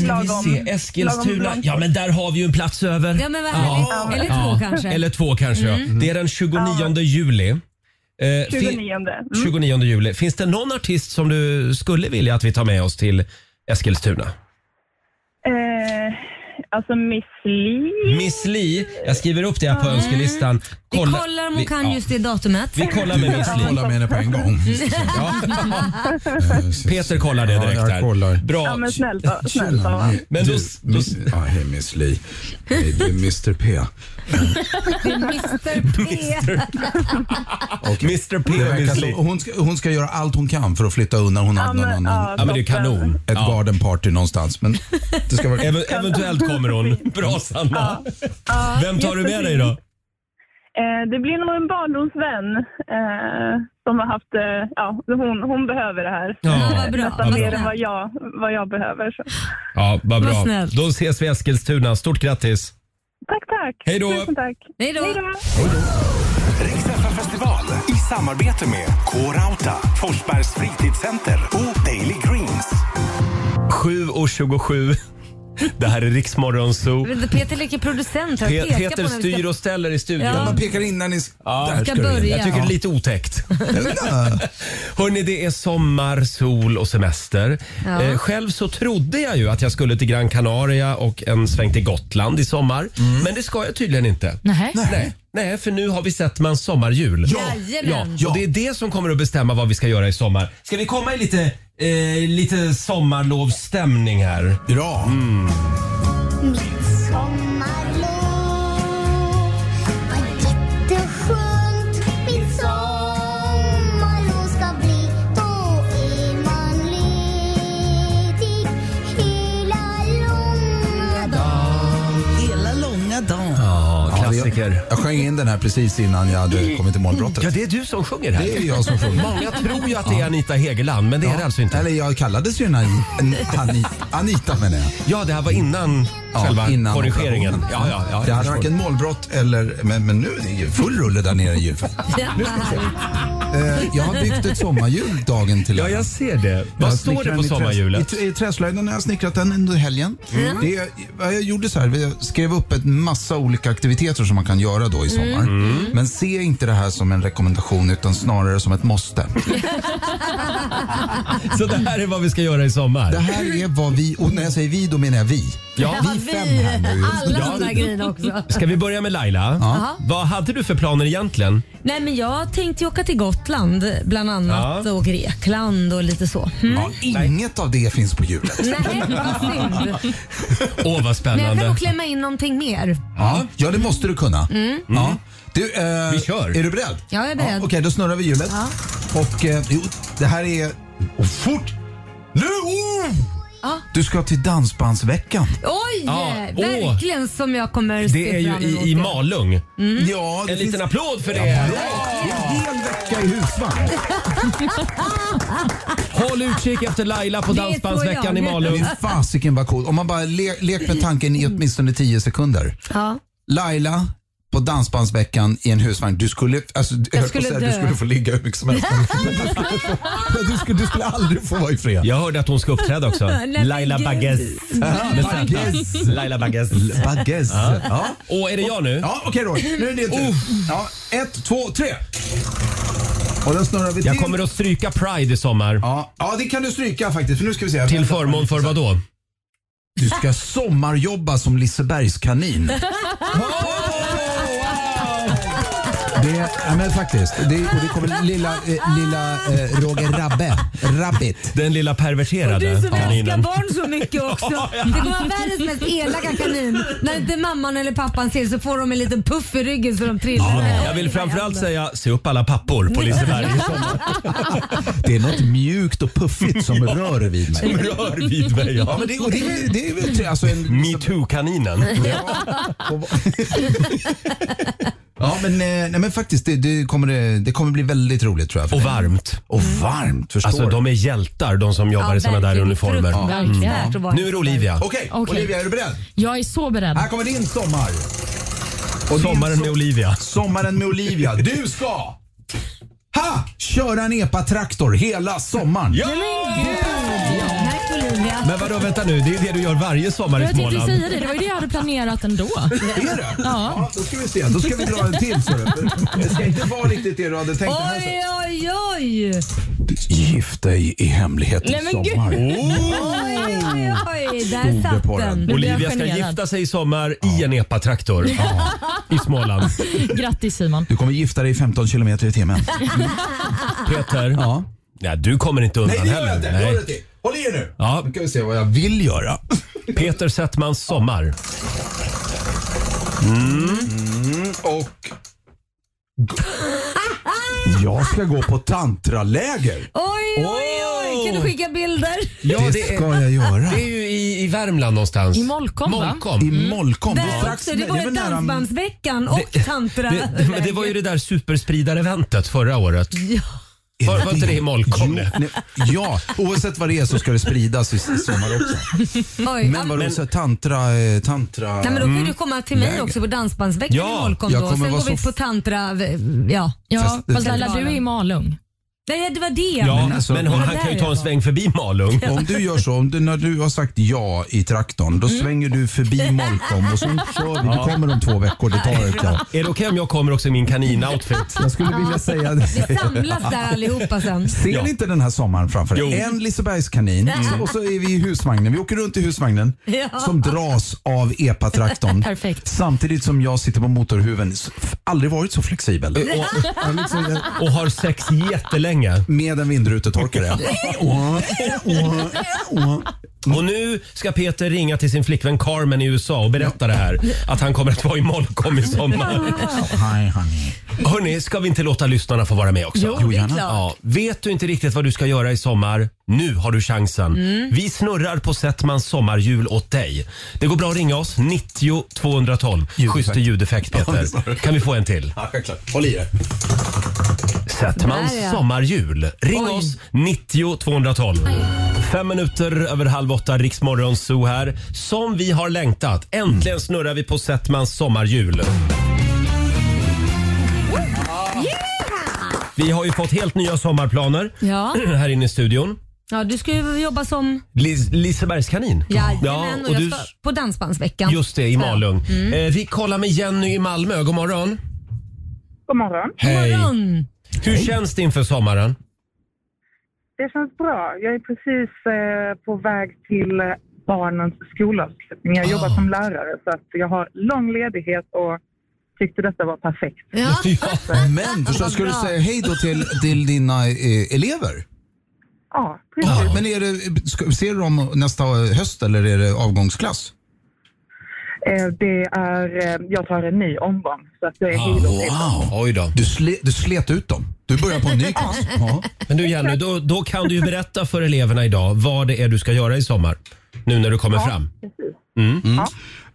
Speaker 1: Se,
Speaker 7: lagom
Speaker 1: Eskilstuna.
Speaker 7: långt.
Speaker 1: Ja, men där har vi ju en plats över.
Speaker 2: Ja men vad härligt. Eller två
Speaker 1: Ja,
Speaker 2: kanske.
Speaker 1: Eller två kanske, ja. Det är den 29 juli. Eh, fin-
Speaker 7: 29. Mm.
Speaker 1: 29 juli. Finns det någon artist som du skulle vilja att vi tar med oss till Eskilstuna?
Speaker 7: Eh, alltså Miss Li.
Speaker 1: Miss Li, jag skriver upp det här på önskelistan.
Speaker 2: vi kollar om hon
Speaker 1: vi-
Speaker 2: kan
Speaker 1: ja,
Speaker 2: just det datumet.
Speaker 1: Vi kollar med Miss
Speaker 8: Jag
Speaker 1: Li.
Speaker 8: kollar med henne på en gång.
Speaker 1: Ja. Peter kollar det direkt
Speaker 8: Ja, jag kollar.
Speaker 1: där.
Speaker 7: Ja
Speaker 1: Bra.
Speaker 7: men snällt då. Snällt då.
Speaker 1: Men då-
Speaker 8: du, miss, ja, hej Miss Li. Hej, du är Mr P.
Speaker 1: [laughs]
Speaker 2: Mr P.
Speaker 1: Mr P
Speaker 8: Det
Speaker 1: och
Speaker 8: verkar
Speaker 1: Miss
Speaker 8: som,
Speaker 1: Li.
Speaker 8: hon, ska, hon ska göra allt hon kan för att flytta undan. Hon
Speaker 7: Ja,
Speaker 8: hade någon
Speaker 7: men,
Speaker 8: annan,
Speaker 1: Ja men det är
Speaker 7: toppen.
Speaker 1: kanon.
Speaker 8: ett garden party någonstans. Men det ska
Speaker 1: [laughs]
Speaker 8: vara,
Speaker 1: Ev- eventuellt kommer hon. Bra Sanna.
Speaker 7: Ja,
Speaker 1: Vem tar du med dig
Speaker 7: jättefint.
Speaker 1: då?
Speaker 7: Eh, det blir nog en barndomsvän eh, som har haft, eh, ja hon, hon behöver det här.
Speaker 1: Ja,
Speaker 2: vad bra.
Speaker 7: Nästan
Speaker 2: Vad
Speaker 7: mer
Speaker 2: bra.
Speaker 7: än vad jag, vad jag behöver. Så.
Speaker 1: Ja, vad
Speaker 2: Vad
Speaker 1: bra.
Speaker 2: snällt.
Speaker 1: Då ses vi i Eskilstuna. Stort grattis.
Speaker 7: Tack, tack.
Speaker 1: Hej då.
Speaker 7: Tusen tack.
Speaker 2: Hej då.
Speaker 7: Hej då.
Speaker 4: Riks festival i samarbete med K-Rauta, Forsbergs fritidscenter och Daily Greens.
Speaker 1: [laughs] 7.27. Det här är Riksmorgon Zoo.
Speaker 2: Vänta, Peter leker producent här och
Speaker 1: Pe-
Speaker 2: pekar
Speaker 1: Peter
Speaker 2: på när vi
Speaker 1: styr
Speaker 2: ska...
Speaker 1: och ställer i studion.
Speaker 2: Ja.
Speaker 8: man pekar innan ni
Speaker 1: Ja.
Speaker 8: där
Speaker 2: Ska
Speaker 8: du in.
Speaker 2: börja.
Speaker 1: Jag tycker det är lite otäckt. Hörni, det är sommar, sol och semester.
Speaker 2: Ja.
Speaker 1: Eh, själv så trodde jag ju att jag skulle till Gran Canaria och en sväng till Gotland i sommar. Men det ska jag tydligen inte.
Speaker 5: Nej.
Speaker 1: Mm. Nej, nej för nu har vi sett mans sommarjul. Ja,
Speaker 2: Jajamän.
Speaker 1: och det är det som kommer att bestämma vad vi ska göra i sommar. Ska vi komma i lite, eh, lite sommarlovsstämning här?
Speaker 8: Bra.
Speaker 10: Sommarlov var jätteskönt Mitt sommarlov ska bli Då är man ledig hela långa dagen
Speaker 9: Hela långa dagen.
Speaker 1: Ja,
Speaker 8: Ja, det-
Speaker 1: klassiker.
Speaker 8: Jag sjöng in den här precis innan jag hade kommit till
Speaker 1: Ja,
Speaker 8: målbrottet.
Speaker 1: det är du som sjunger här.
Speaker 8: Det är jag som sjunger.
Speaker 1: Många tror ju att det är Anita Hegeland, men det är det alltså inte.
Speaker 8: Eller jag kallades ju en Ani- en Ani- Anita menar jag.
Speaker 1: Ja, det här var innan
Speaker 8: Ja,
Speaker 1: själva
Speaker 8: innan
Speaker 1: korrigeringen.
Speaker 8: operationen.
Speaker 1: Ja, ja, ja,
Speaker 8: det
Speaker 1: jag
Speaker 8: hade
Speaker 1: förstår.
Speaker 8: varken målbrott eller... Men, men nu är det ju full rulle där nere i djur. Eh, jag har byggt ett sommarhjul dagen till
Speaker 1: ja,
Speaker 8: ära.
Speaker 1: jag ser det.
Speaker 8: Jag
Speaker 1: Vad
Speaker 8: har
Speaker 1: står det
Speaker 8: snickrat
Speaker 1: på
Speaker 8: den i träs-
Speaker 1: sommarhjulet? Mm.
Speaker 8: I, tr- i träslöjden har jag snickrat den under helgen. Mm. Det, är- vad jag gjorde så här, jag skrev upp en massa olika aktiviteter som man kan göra då i sommar.
Speaker 1: Mm.
Speaker 8: Men se inte det här som en rekommendation utan snarare som ett måste.
Speaker 1: Så det här är vad vi ska göra i
Speaker 8: Det
Speaker 1: sommar.
Speaker 8: här är vad vi, och när jag säger vi då menar jag vi.
Speaker 1: Ja.
Speaker 8: Vi fem här nu.
Speaker 2: Alla
Speaker 1: Ja.
Speaker 2: andra grejer också.
Speaker 1: Ska vi börja med Laila?
Speaker 8: Ja.
Speaker 1: Vad hade du för planer egentligen?
Speaker 2: Nej men jag tänkte ju åka till Gotland bland annat
Speaker 1: Ja.
Speaker 2: och Grekland och lite så. Mm.
Speaker 8: Ja, inget av det finns på hjulet.
Speaker 2: Nej, vad synd.
Speaker 1: [laughs] Åh, vad
Speaker 2: Men jag kan
Speaker 1: spännande.
Speaker 2: nog klämma in någonting mer.
Speaker 8: Ja, ja det måste du kunna. Ja. Du, eh,
Speaker 1: Vi kör.
Speaker 8: Är du beredd?
Speaker 2: Ja, jag är beredd.
Speaker 8: Okej, då snurrar vi hjulet. Och eh, jo, det här är... Och fort! Nu! Oh!
Speaker 2: Ja.
Speaker 8: Du ska till Dansbandsveckan.
Speaker 2: Oj!
Speaker 1: Ja, åh.
Speaker 2: verkligen som jag kommer se
Speaker 1: Det är ju
Speaker 2: fram emot.
Speaker 1: i, i Malung.
Speaker 2: Mm,
Speaker 8: Ja, det
Speaker 1: En
Speaker 8: finns-
Speaker 1: liten applåd för det.
Speaker 8: Det är en hel vecka i husvagn.
Speaker 1: Håll utkik efter Laila på
Speaker 2: Det tror
Speaker 1: Dansbandsveckan i
Speaker 2: jag.
Speaker 1: Malung.
Speaker 8: Men Fasiken vad coolt. Om man bara le, lek med tanken i åtminstone 10 sekunder.
Speaker 2: ja.
Speaker 8: Laila på Dansbandsveckan i en husvagn. Du skulle, alltså, jag höll på
Speaker 2: skulle
Speaker 8: att säga,
Speaker 2: dö.
Speaker 8: du skulle få ligga hur mycket
Speaker 2: [laughs]
Speaker 8: som helst. du, skulle, du skulle aldrig få vara i fred.
Speaker 1: Jag hörde att hon ska uppträda
Speaker 2: [laughs]
Speaker 1: också.
Speaker 2: Nej, men
Speaker 1: Laila
Speaker 2: gud.
Speaker 1: Bagges. Med Z.
Speaker 8: Bagges.
Speaker 1: Laila Bagges.
Speaker 8: Bagges. Ja. Ja.
Speaker 1: Och är det jag nu?
Speaker 8: Ja, okej Roger. Nu är det din tur. Ja, ett, två, tre. Och den snurrar vi till.
Speaker 1: Jag kommer att stryka Pride i sommar.
Speaker 8: ja. ja, det kan du stryka faktiskt. För nu ska vi se.
Speaker 1: Till förmån för vad då?
Speaker 8: Du ska sommarjobba som Lisebergskanin. Det, ja, men faktiskt. Det, och det kommer lilla, eh, lilla eh, Roger Rabbe. Rabbit.
Speaker 1: Den lilla perverterade
Speaker 2: Du som älskar
Speaker 1: kaninen.
Speaker 2: barn så mycket
Speaker 1: [laughs]
Speaker 2: också. Det kommer vara världens mest elaka kanin. När inte mamman eller pappan ser så får de en liten puff i ryggen så de trillar ner.
Speaker 1: Jag vill framförallt säga, se upp alla pappor på Liseberg i sommar.
Speaker 8: Det är något mjukt och puffigt som rör vid mig.
Speaker 1: De rör vid mig.
Speaker 8: Ja,
Speaker 1: Ja.
Speaker 8: men det, och det, är- det är väl tre- alltså en...
Speaker 1: Metoo-kaninen.
Speaker 8: Och- Ja, men, eh, nej, men faktiskt, det, det, kommer, det- det kommer bli väldigt roligt tror jag. för
Speaker 1: Och
Speaker 8: dig.
Speaker 1: varmt.
Speaker 8: Och varmt, förstår
Speaker 1: Alltså
Speaker 8: du?
Speaker 1: de är hjältar de som jobbar i såna där
Speaker 2: verkligen.
Speaker 1: uniformer. Mm.
Speaker 2: Fruktansvärt att vara-
Speaker 1: Nu är det Olivia.
Speaker 8: Okej,
Speaker 5: Okej.
Speaker 8: Olivia, är du beredd?
Speaker 5: Jag är så beredd.
Speaker 8: Här kommer din sommar. Och
Speaker 1: Sommaren med Olivia.
Speaker 8: Sommaren med Olivia. Du ska... Ha! Köra en epatraktor hela sommaren.
Speaker 2: Tack Olivia.
Speaker 1: Men vadå, vänta nu. Det är det du gör varje sommar i
Speaker 5: Jag tänkte
Speaker 1: Småland.
Speaker 5: säga det, det var ju det jag hade planerat
Speaker 1: [laughs]
Speaker 5: ändå.
Speaker 8: Är det? Ja. Då ska vi se. Då ska vi dra en till. Så det ska inte vara riktigt det du hade tänkt. Den här
Speaker 2: Oj, oj, oj.
Speaker 8: Gift dig i hemlighet i
Speaker 5: Nej, men gud.
Speaker 8: sommar.
Speaker 2: Oj, oj, oj. Där
Speaker 8: Stod det
Speaker 2: satt
Speaker 8: på den.
Speaker 2: den.
Speaker 5: blir jag
Speaker 1: Olivia ska
Speaker 5: generad.
Speaker 1: gifta sig i sommar i en epatraktor. I Småland.
Speaker 5: Grattis Simon.
Speaker 8: Du kommer gifta dig i 15 kilometer i timmen.
Speaker 1: Peter,
Speaker 8: Ja.
Speaker 1: nej, du kommer inte undan
Speaker 8: Nej, det gör
Speaker 1: heller.
Speaker 8: jag inte.
Speaker 1: Nej.
Speaker 8: Håll i er nu. Håll i er nu.
Speaker 1: Ja.
Speaker 8: Nu ska vi se vad jag vill göra.
Speaker 1: Peter Settmans sommar.
Speaker 8: [laughs] Och... Jag ska gå på tantraläger.
Speaker 2: Oj, oj, oj. Kan du skicka bilder?
Speaker 1: Ja,
Speaker 8: det
Speaker 1: det
Speaker 8: ska
Speaker 1: är,
Speaker 8: jag göra.
Speaker 1: det är ju i, i Värmland någonstans.
Speaker 5: I Molkom, va?
Speaker 1: Molkom.
Speaker 8: I Molkom. är
Speaker 2: Där
Speaker 8: strax-
Speaker 2: också. Det var
Speaker 8: är
Speaker 2: ju
Speaker 8: väl nära-
Speaker 2: Dansbandsveckan och tantra.
Speaker 1: Det, men
Speaker 2: [laughs]
Speaker 1: det var ju det där superspridareventet förra året. Var, var inte det i Molkom?
Speaker 8: Jo, nej, ja, oavsett vad det är så ska det spridas i i sommar också.
Speaker 2: Oj. ja,
Speaker 8: Men vad roligt, så här tantra... eh, tantra
Speaker 2: Nej, men då kan ju du komma till mig också på Dansbandsveckan
Speaker 1: Ja,
Speaker 2: i Molkom
Speaker 8: jag
Speaker 2: då.
Speaker 8: kommer
Speaker 2: Sen
Speaker 8: vara
Speaker 2: går vi
Speaker 8: så-
Speaker 2: på tantra... Ja.
Speaker 5: Ja,
Speaker 8: Fast-
Speaker 5: fast Laila, du är i Malung.
Speaker 2: Nej, det var det.
Speaker 1: Ja,
Speaker 8: Men alltså-
Speaker 1: men hon,
Speaker 2: Men
Speaker 1: han
Speaker 2: där
Speaker 1: kan ju ta en
Speaker 2: jag
Speaker 1: sväng förbi Malung.
Speaker 8: Om du gör så, om du, när du har sagt ja i traktorn,
Speaker 2: Mm.
Speaker 8: då svänger du förbi Molkom och så kör vi. Du kommer om två veckor, det tar ett tag.
Speaker 1: Är det okej om jag kommer också i min kaninoutfit?
Speaker 8: Jag skulle vilja säga det.
Speaker 2: Samlas där allihopa sen.
Speaker 8: Ser
Speaker 1: Ja.
Speaker 8: ni inte den här sommaren framför
Speaker 1: Jo.
Speaker 8: er? En Lisebergskanin och så är vi i husvagnen. Vi åker runt i husvagnen
Speaker 2: Ja.
Speaker 8: som dras av epatraktorn.
Speaker 5: Perfekt.
Speaker 8: Samtidigt som jag sitter på motorhuven. S- f- Aldrig varit så flexibel.
Speaker 1: Och, och har sex jättelänge.
Speaker 8: Med en vindrutetorkare. Åh, åh, åh.
Speaker 1: Och nu ska Peter ringa till sin flickvän Carmen i USA och berätta det här. Att han kommer att vara i Molkom i sommar.
Speaker 8: Hi honey.
Speaker 1: Hörni, ska vi inte låta lyssnarna få vara med också?
Speaker 8: Jo, gärna.
Speaker 1: Ja, vet du inte riktigt vad du ska göra i sommar? Nu har du chansen. Vi snurrar på Settmans sommarjul åt dig. Det går bra att ringa oss. 90 212.
Speaker 8: Ljudeffekt.
Speaker 1: Schysst ljudeffekt
Speaker 8: Ja, det
Speaker 1: Peter.
Speaker 8: sa du.
Speaker 1: Kan vi få en till?
Speaker 8: Ja, självklart. Håll i det.
Speaker 1: Settmans
Speaker 2: Där, ja.
Speaker 1: sommarjul. Ring
Speaker 2: Oj.
Speaker 1: oss 90 212. Fem minuter över halv åtta, Riksmorgon Zoo här. Som vi har längtat. Äntligen snurrar vi på Settmans sommarjul. Vi har ju fått helt nya sommarplaner
Speaker 2: Ja.
Speaker 1: [clears throat] här inne i studion.
Speaker 2: ja, du ska ju jobba som...
Speaker 1: Lis- Lisebergskanin.
Speaker 2: Jajamän, och
Speaker 1: och
Speaker 2: jag Mm.
Speaker 1: du,
Speaker 2: ska på Dansbandsveckan.
Speaker 1: just det, i Malung. Eh, vi kollar med Jenny i Malmö. God morgon.
Speaker 7: God morgon.
Speaker 1: Hej.
Speaker 2: Morgon.
Speaker 1: Hur känns det inför sommaren?
Speaker 7: Det känns bra. Jag är precis eh, på väg till eh, barnens skolavslutning. Jag jobbar som lärare så att jag har lång ledighet och tyckte detta var perfekt.
Speaker 2: Ja.
Speaker 8: Men förstås, ska du
Speaker 2: bra.
Speaker 8: säga hej då till, till dina eh, elever?
Speaker 7: Ja, precis.
Speaker 8: Men är det, ska, ser du dem nästa höst eller är det avgångsklass?
Speaker 7: Eh, det är, eh, jag tar en ny omgång så att det är hej då till.
Speaker 8: Wow.
Speaker 1: Oj då.
Speaker 8: Du, sle, du slet ut dem. Du börjar på
Speaker 7: [laughs]
Speaker 8: en ny klass. Ja.
Speaker 1: Men du Jenny, då, då kan du ju berätta för eleverna idag vad det är du ska göra i sommar. Nu när du kommer fram.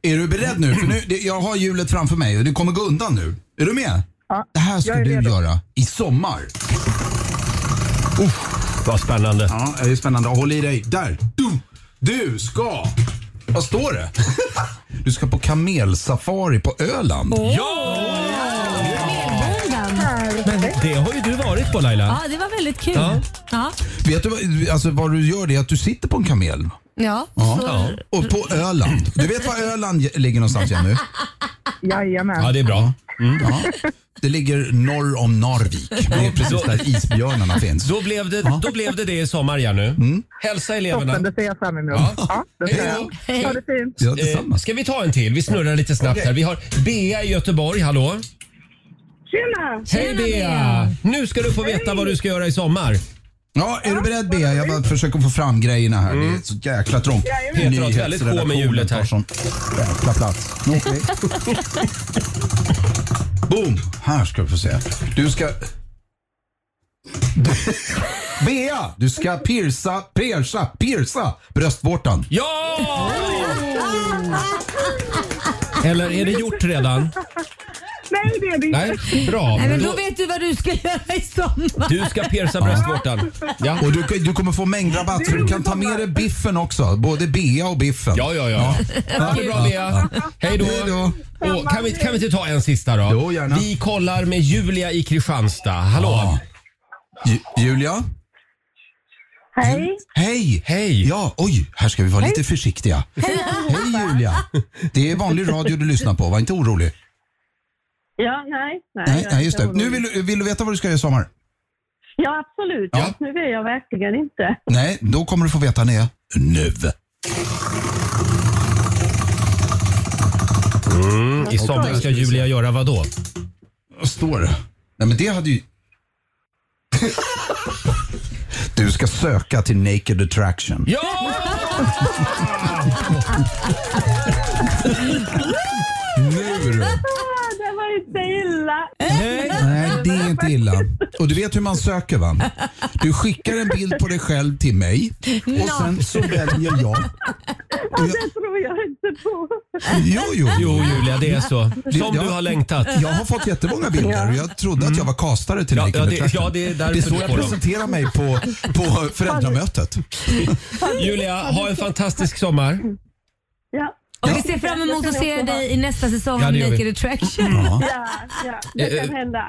Speaker 8: Är du beredd nu? För nu det, jag har hjulet framför mig och det kommer gå undan nu. Är du med?
Speaker 7: Ja,
Speaker 8: Det här ska
Speaker 7: jag är
Speaker 8: du
Speaker 7: redo.
Speaker 8: göra i sommar.
Speaker 1: Vad spännande.
Speaker 8: Ja, det är spännande. Håll i dig. Där! Du, du ska... [laughs] Vad står det? Du ska på kamelsafari på Öland.
Speaker 1: Ja!
Speaker 2: Men,
Speaker 1: Det har ju du varit på Laila.
Speaker 2: ja, det var väldigt kul.
Speaker 1: Ja.
Speaker 2: Ja, ja.
Speaker 8: Vet du vad- alltså, vad du gör? Det är att du sitter på en kamel.
Speaker 2: så-
Speaker 8: Ja. Och på Öland. Du vet var Öland ligger någonstans Jenny?
Speaker 7: Jajamän.
Speaker 1: Ja, det är bra.
Speaker 7: Mm.
Speaker 8: Ja. Det ligger norr om Narvik. Det är precis där isbjörnarna finns.
Speaker 1: Då blev det, då blev det det i sommar, Jenny.
Speaker 2: Mm.
Speaker 1: Hälsa eleverna.
Speaker 7: Toppen, det ser jag fram emot.
Speaker 1: Ja.
Speaker 7: Ja. det ser jag.
Speaker 2: Hej.
Speaker 7: Ha det fint.
Speaker 8: Ja,
Speaker 1: Eh,
Speaker 8: detsamma.
Speaker 1: ska vi ta en till? Vi snurrar lite snabbt här. Vi har Bea i Göteborg, hallå?
Speaker 7: Tjena!
Speaker 1: Hej
Speaker 2: Tjena,
Speaker 1: Bea!
Speaker 2: Bea.
Speaker 1: Nu ska du få veta vad du ska göra i sommar.
Speaker 8: Ja, är du beredd Bea? Jag bara försöker få fram grejerna här. Det
Speaker 1: Mm.
Speaker 8: är så jäkla trångt.
Speaker 1: Peter har ett väldigt sjå med hjulet här.
Speaker 8: Nyhetsredaktionen tar sån jäkla plats. Okej.
Speaker 1: [laughs]
Speaker 8: Boom! Här ska du få se. Du ska... Du... Bea! Du ska pierca, pierca, pierca bröstvårtan.
Speaker 1: Ja! Eller är det gjort redan?
Speaker 7: Nej, det är det inte.
Speaker 1: Nej, bra.
Speaker 2: Nej, men då
Speaker 1: Då-
Speaker 2: vet du vad du ska [laughs] göra i sommar.
Speaker 1: Du ska pierca bröstvårtan. Ja.
Speaker 8: Och du, du kommer få mängdrabatt för du kan ta med dig biffen också. Både Bea och biffen.
Speaker 1: Ja, ja, ja. Ha det bra, Bea. Hej då.
Speaker 8: Hej då.
Speaker 1: Och, kan, vi, kan vi inte ta en sista då?
Speaker 8: Jo, gärna.
Speaker 1: Vi kollar med Julia i Kristianstad. Hallå?
Speaker 8: Ja. Ju- Julia?
Speaker 1: Mm.
Speaker 6: Hej.
Speaker 8: Hej!
Speaker 1: Hej.
Speaker 8: Ja, oj, här ska vi vara lite försiktiga. [laughs] Hej Julia! Det är vanlig radio du lyssnar på, var inte orolig.
Speaker 6: Ja, nej. Nej,
Speaker 8: Nej, nej just det. Nu vill, du- vill du veta vad du ska göra i sommar?
Speaker 6: Ja, absolut.
Speaker 1: Ja.
Speaker 6: Nu vill jag verkligen inte.
Speaker 8: Nej, då kommer du få veta när jag... Nu!
Speaker 1: I sommar ska Julia göra vad då?
Speaker 8: Vad står det? Nej men det hade ju... [laughs] Du ska söka till Naked Attraction.
Speaker 1: Ja!
Speaker 8: Nu du!
Speaker 6: Ah, det var inte illa.
Speaker 1: Nej.
Speaker 8: Nej, det är inte illa. Och du vet hur man söker va? Du skickar en bild på dig själv till mig och sen så väljer jag. [laughs] Och jag
Speaker 6: Det tror jag inte på.
Speaker 8: jo, jo,
Speaker 1: Jo, Julia, det är så. Som
Speaker 8: Ja.
Speaker 1: du har längtat.
Speaker 8: Jag har fått jättemånga bilder och jag trodde att jag var kastare till
Speaker 1: Ja,
Speaker 8: Naked
Speaker 1: ja, det-
Speaker 8: Attraction.
Speaker 1: ja, det är därför
Speaker 8: det är så
Speaker 1: du
Speaker 8: jag
Speaker 1: får dem.
Speaker 8: presenterar mig på, på föräldramötet.
Speaker 1: Julia, ha en fantastisk sommar.
Speaker 6: Ja,
Speaker 2: Och vi ser fram emot att se dig i nästa säsong
Speaker 1: Ja,
Speaker 2: av
Speaker 1: det gör vi.
Speaker 2: Naked Attraction.
Speaker 6: ja, ja. Det
Speaker 1: Eh,
Speaker 6: kan
Speaker 1: eh.
Speaker 6: hända.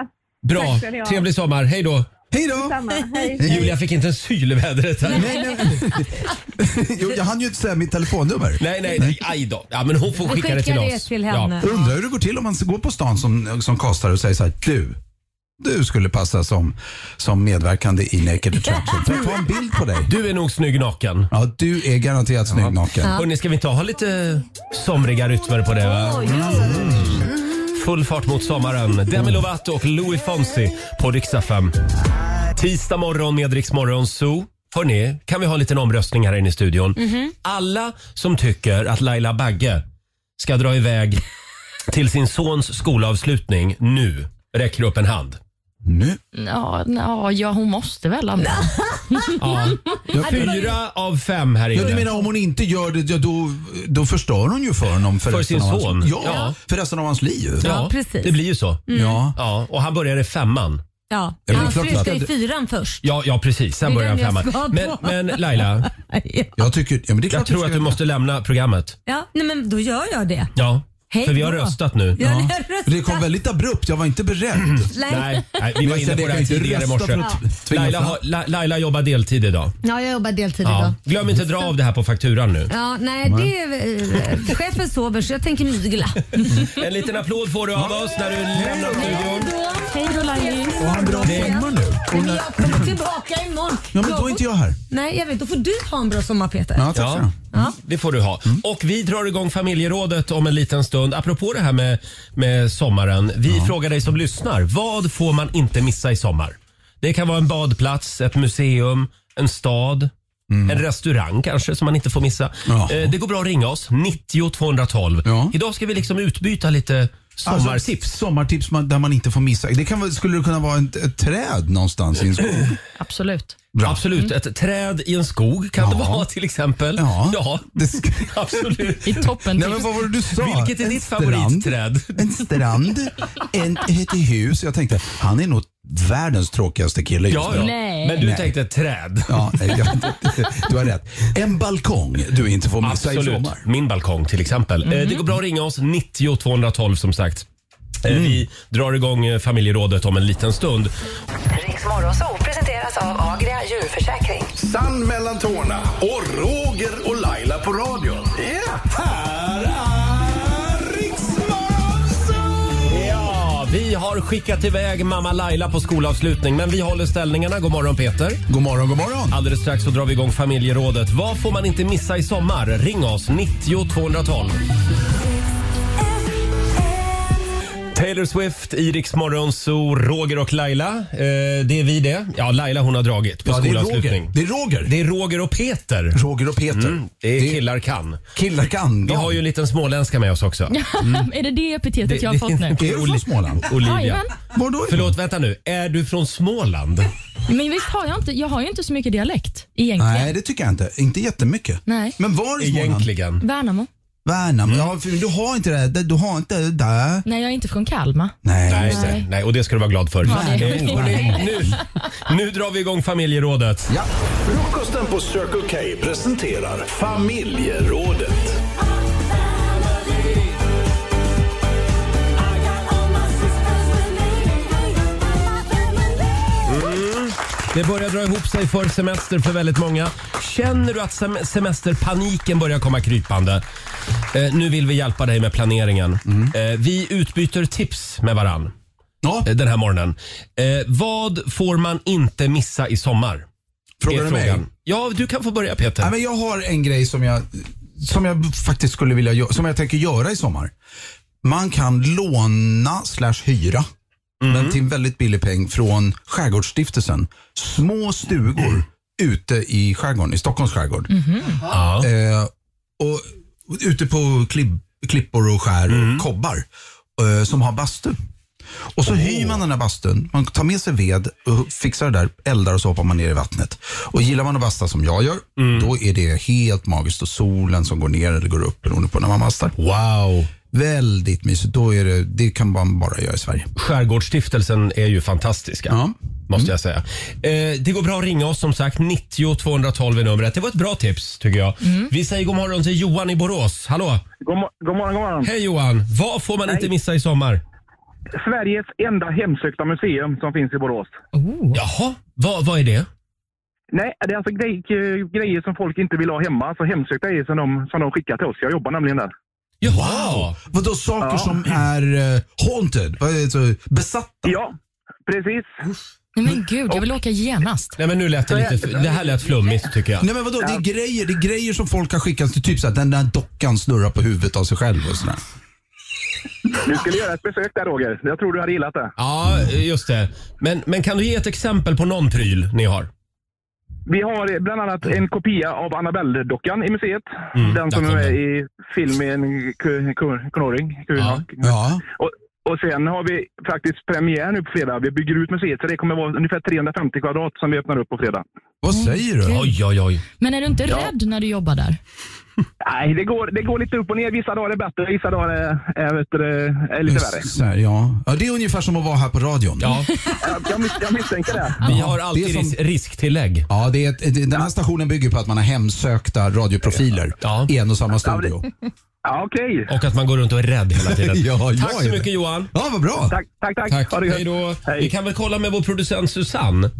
Speaker 1: Bra.
Speaker 6: Tack ska ni ha.
Speaker 1: Trevlig sommar. Hej då.
Speaker 8: Hej
Speaker 1: [laughs]
Speaker 8: då!
Speaker 6: Samma. Hej.
Speaker 1: Julia fick inte en syl i vädret här.
Speaker 8: Nej, nej. Jo, jag hann ju inte säga mitt telefonnummer.
Speaker 1: Nej, nej, nej. Aj då. Ja, men hon får
Speaker 2: Vi
Speaker 1: skicka det till
Speaker 2: skickar
Speaker 1: oss.
Speaker 2: det till henne.
Speaker 8: Jag Undrar hur det går till om man går på stan som, som kastare och säger så här, du, du skulle passa som, som medverkande i Naked Attraction. Får jag ta en bild på dig?
Speaker 1: Du är nog snygg naken.
Speaker 8: Ja, du är garanterat snygg naken.
Speaker 1: Hörni, ska vi inte ha lite somriga rytmer på det? Va? Mm. Full fart mot sommaren. Demi Lovato och Louis Fonsi på riksdag 5. Tisdag morgon med Rix Morgon Zoo. Hörni, kan vi ha en liten omröstning här inne i studion?
Speaker 2: Mhm.
Speaker 1: Alla som tycker att Laila Bagge ska dra iväg till sin sons skolavslutning nu räcker upp en hand.
Speaker 8: Nu.
Speaker 5: Ja, ja, ja hon måste väl ändå.
Speaker 1: Ja. Fyra av fem här
Speaker 8: Ja, du
Speaker 1: inne.
Speaker 8: menar om hon inte gör det, ja, då, då förstör hon ju för honom. För,
Speaker 1: För
Speaker 8: resten
Speaker 1: sin
Speaker 8: av hans-
Speaker 1: son.
Speaker 8: Ja,
Speaker 1: Ja.
Speaker 8: för resten av hans liv.
Speaker 2: Ja, precis. Mm.
Speaker 1: det blir ju så.
Speaker 8: Ja.
Speaker 1: Ja, och han börjar i femman.
Speaker 2: Ja.
Speaker 8: Ja, det är
Speaker 2: Han
Speaker 8: klart
Speaker 2: slutar
Speaker 8: att-
Speaker 2: i fyran först.
Speaker 1: Ja, ja precis. Sen
Speaker 2: Det är
Speaker 1: börjar han
Speaker 2: den jag
Speaker 1: femman. Men,
Speaker 2: ska på.
Speaker 1: men Laila,
Speaker 8: Jag tycker, ja, men det är klart
Speaker 1: jag tror
Speaker 8: ska
Speaker 1: att du
Speaker 8: göra.
Speaker 1: måste lämna programmet.
Speaker 2: Ja, nej, men då gör jag det.
Speaker 1: Ja,
Speaker 2: Hej
Speaker 1: för vi har
Speaker 2: då.
Speaker 1: röstat nu.
Speaker 2: Ja,
Speaker 8: Ja. Mm.
Speaker 2: det är rösta.
Speaker 8: Det kom väldigt abrupt, jag var inte beredd.
Speaker 2: Nej.
Speaker 1: Nej, nej, vi var
Speaker 8: Jag
Speaker 1: inne
Speaker 8: säger,
Speaker 1: på det här
Speaker 8: jag kan inte
Speaker 1: tidigare i
Speaker 8: rösta
Speaker 1: morse.
Speaker 8: för att
Speaker 1: Ja.
Speaker 8: tvinga
Speaker 1: Laila,
Speaker 8: fram.
Speaker 1: har- La- Laila jobbar deltid idag.
Speaker 2: Ja, jag jobbar deltid idag.
Speaker 1: Ja. Glöm inte dra av det här på fakturan nu.
Speaker 2: Ja, nej, det är, eh, chefen sover så jag tänker mygla.
Speaker 1: En liten applåd får du av oss när du lämnar studion.
Speaker 5: Hej då Laila.
Speaker 8: Och han bra sommar nu.
Speaker 2: Men jag kommer tillbaka imorgon.
Speaker 8: Ja, men då är inte jag här.
Speaker 2: Nej, jag vet. Då får du ha en bra sommar Peter.
Speaker 8: Ja, tack så
Speaker 1: Ja,
Speaker 8: mycket.
Speaker 1: det får du ha.
Speaker 8: Mm.
Speaker 1: Och vi drar igång familjerådet om en liten stund. Apropå det här med, med sommaren. Vi frågar dig som lyssnar. Vad får man inte missa i sommar? Det kan vara en badplats, ett museum, en stad. En restaurang kanske som man inte får missa.
Speaker 8: Mm. Ja.
Speaker 1: Eh, Det går bra att ringa oss, 90 212.
Speaker 8: Ja.
Speaker 1: Idag ska vi liksom utbyta lite sommartips.
Speaker 8: Alltså, sommartips man, där man inte får missa. Det kan, vara- skulle det kunna vara ett, ett träd någonstans i [laughs] en skog?
Speaker 5: Absolut.
Speaker 8: Bra.
Speaker 1: Absolut, ett träd i en skog kan det
Speaker 8: Ja.
Speaker 1: vara till exempel.
Speaker 8: Ja.
Speaker 1: ja
Speaker 8: [laughs] Det ska,
Speaker 1: absolut.
Speaker 5: I toppen. typ.
Speaker 8: nej, men vad var det du sa?
Speaker 1: Vilket är
Speaker 8: En
Speaker 1: ditt
Speaker 8: strand,
Speaker 1: favoritträd?
Speaker 8: En strand, en, ett hus. Jag tänkte, han är nog världens tråkigaste kille just
Speaker 1: Ja,
Speaker 8: nu.
Speaker 1: ja.
Speaker 5: Nej.
Speaker 1: Men du
Speaker 8: Nej.
Speaker 1: tänkte ett träd.
Speaker 8: Ja, nej, jag, du har rätt. En balkong du inte får missa i
Speaker 1: Absolut.
Speaker 8: sommar.
Speaker 1: Min balkong till exempel. Eh, Det går bra att ringa oss, 90 212 som sagt. Eh,
Speaker 8: Mm.
Speaker 1: Vi drar igång eh, familjerådet om en liten stund.
Speaker 3: Riks Morgonzoo presenteras av Agria djurförsäkring.
Speaker 4: Sand mellan tårna och Roger och Laila på radion. Ja, här är Riksmorgon
Speaker 1: Ja, vi har skickat iväg mamma Laila på skolavslutning, men vi håller ställningarna. God morgon Peter.
Speaker 8: God morgon, god morgon.
Speaker 1: Alldeles strax så drar vi igång familjerådet. Vad får man inte missa i sommar? Ring oss, 90 212. Taylor Swift, Iriks morgonzoo, Roger och Laila. Eh, det är vi det. Ja, Laila hon har dragit på
Speaker 8: Ja, det är Roger.
Speaker 1: skolavslutning.
Speaker 8: Det är Roger.
Speaker 1: Det är Roger och Peter.
Speaker 8: Roger och Peter.
Speaker 1: Mm, det är killar kan.
Speaker 8: Killar kan.
Speaker 1: Vi
Speaker 8: de.
Speaker 1: har ju en liten småländska med oss också.
Speaker 5: Mm. är det det epitetet
Speaker 1: Det-
Speaker 5: jag har fått nu?
Speaker 1: det-
Speaker 8: Är du från Småland?
Speaker 1: Olivia.
Speaker 5: Jajamän.
Speaker 8: Var då?
Speaker 1: Förlåt, vänta nu. Är du från Småland?
Speaker 5: Men visst har jag inte, jag har ju inte så mycket dialekt egentligen.
Speaker 8: Nej, det tycker jag inte. Inte jättemycket.
Speaker 5: Nej.
Speaker 8: Men var i Småland?
Speaker 1: Egentligen. Mm.
Speaker 5: Värnamo?
Speaker 8: Värnamo. Ja, för du har inte det. där. Du har inte det där.
Speaker 5: Nej, jag är inte från Kalmar.
Speaker 8: Nej.
Speaker 1: Nej, just det.
Speaker 5: Nej.
Speaker 1: Nej, och det ska du vara glad för.
Speaker 5: det är
Speaker 1: Eh,
Speaker 5: det.
Speaker 1: hörni, nu, nu drar vi igång familjerådet.
Speaker 8: Ja.
Speaker 4: Frukosten på Circle K presenterar Familjerådet.
Speaker 1: Det börjar dra ihop sig för semester för väldigt många. Känner du att sem semesterpaniken börjar komma krypande? Eh, nu vill vi hjälpa dig med planeringen. Eh, vi utbyter tips med varann
Speaker 8: Ja,
Speaker 1: eh, den här morgonen. Eh, vad får man inte missa i sommar?
Speaker 8: frågar du
Speaker 1: Är
Speaker 8: mig?
Speaker 1: frågan. Ja, du kan få börja Peter.
Speaker 8: Nej, men jag har en grej som jag, som jag faktiskt skulle vilja göra, som jag tänker göra i sommar. Man kan låna slash hyra, men till en väldigt billig peng från Skärgårdsstiftelsen. Små stugor ute i skärgården, i Stockholms skärgård.
Speaker 1: ja.
Speaker 8: Eh, och, och ute på klibb, klippor och skär och kobbar eh, som har bastu. Och så hyr man den här bastun, man tar med sig ved och fixar det där, eldar och så hoppar man ner i vattnet. Och gillar man att basta som jag gör,
Speaker 11: Mm.
Speaker 8: då är det helt magiskt och solen som går ner eller går upp beroende på när man bastar.
Speaker 1: Wow.
Speaker 8: Väldigt mysigt, då är det, det kan man bara göra i Sverige.
Speaker 1: Skärgårdsstiftelsen är ju fantastiska.
Speaker 8: Ja. Mm.
Speaker 1: Måste jag säga. Eh, det går bra att ringa oss som sagt. 90 212 är numret. Det var ett bra tips tycker jag. Vi säger god morgon till Johan i Borås. Hallå!
Speaker 11: God, mo- god morgon, god morgon.
Speaker 1: Hej Johan! Vad får man inte missa i sommar?
Speaker 11: Sveriges enda hemsökta museum som finns i Borås.
Speaker 5: Oh.
Speaker 1: Jaha, vad, vad är det?
Speaker 11: Nej, det är alltså grej, grejer som folk inte vill ha hemma. Så hemsökta är som de, som de skickar till oss. Jag jobbar nämligen där.
Speaker 1: Jaha.
Speaker 8: Vadå saker
Speaker 11: Ja.
Speaker 8: som är eh, haunted, Vad är det så- besatta?
Speaker 11: Ja, precis.
Speaker 5: Nej, men gud, jag vill åka genast.
Speaker 1: Nej men nu lät det lite... f- Det här lät flummigt tycker jag.
Speaker 8: Nej men vadå, det är grejer, det är grejer som folk har skickat till typ såhär, den där dockan snurrar på huvudet av sig själv och sådär.
Speaker 11: Du skulle göra ett besök där, Roger. Jag tror du hade gillat det.
Speaker 1: Ja, just det. Men, men kan du ge ett exempel på någon pryl ni har?
Speaker 11: Vi har eh, bland annat en kopia av Annabelle-dockan i museet.
Speaker 1: Mm,
Speaker 11: den som
Speaker 1: där
Speaker 11: är
Speaker 1: kom
Speaker 11: med
Speaker 1: den.
Speaker 11: i filmen Ku- Ku- Knorring. Ku-
Speaker 1: Ja.
Speaker 8: Ja.
Speaker 11: Och, och sen har vi faktiskt premiär nu på fredag. Vi bygger ut museet, så det kommer vara ungefär 350 kvadrat som vi öppnar upp på fredag.
Speaker 8: Vad säger du?
Speaker 1: Oj, oj, oj.
Speaker 5: Men är du inte rädd när du jobbar där?
Speaker 11: Nej, det går, det går lite upp och ner. Vissa dagar är bättre, vissa dagar är, är, vet du, är lite värre.
Speaker 8: Så här, ja. ja, det är ungefär som att vara här på radion. [laughs]
Speaker 1: Ja,
Speaker 11: Jag, jag, mis, jag misstänker det.
Speaker 1: vi har
Speaker 8: Det
Speaker 1: alltid
Speaker 8: är som-
Speaker 1: ris- risktillägg.
Speaker 8: Ja, det är ett, det- den här stationen bygger på att man har hemsökta radioprofiler
Speaker 1: Ja.
Speaker 8: i en och samma studio.
Speaker 11: Ja, okej.
Speaker 1: Och att man går runt och är rädd hela tiden.
Speaker 8: [laughs] Ja, jag
Speaker 1: Tack
Speaker 8: är
Speaker 1: så
Speaker 8: det.
Speaker 1: mycket Johan.
Speaker 8: Ja, vad bra.
Speaker 11: Tack, tack, tack.
Speaker 1: Tack.
Speaker 11: Ha det gött.
Speaker 1: Hej då.
Speaker 11: Hej.
Speaker 1: Vi kan väl kolla med vår producent Susanne.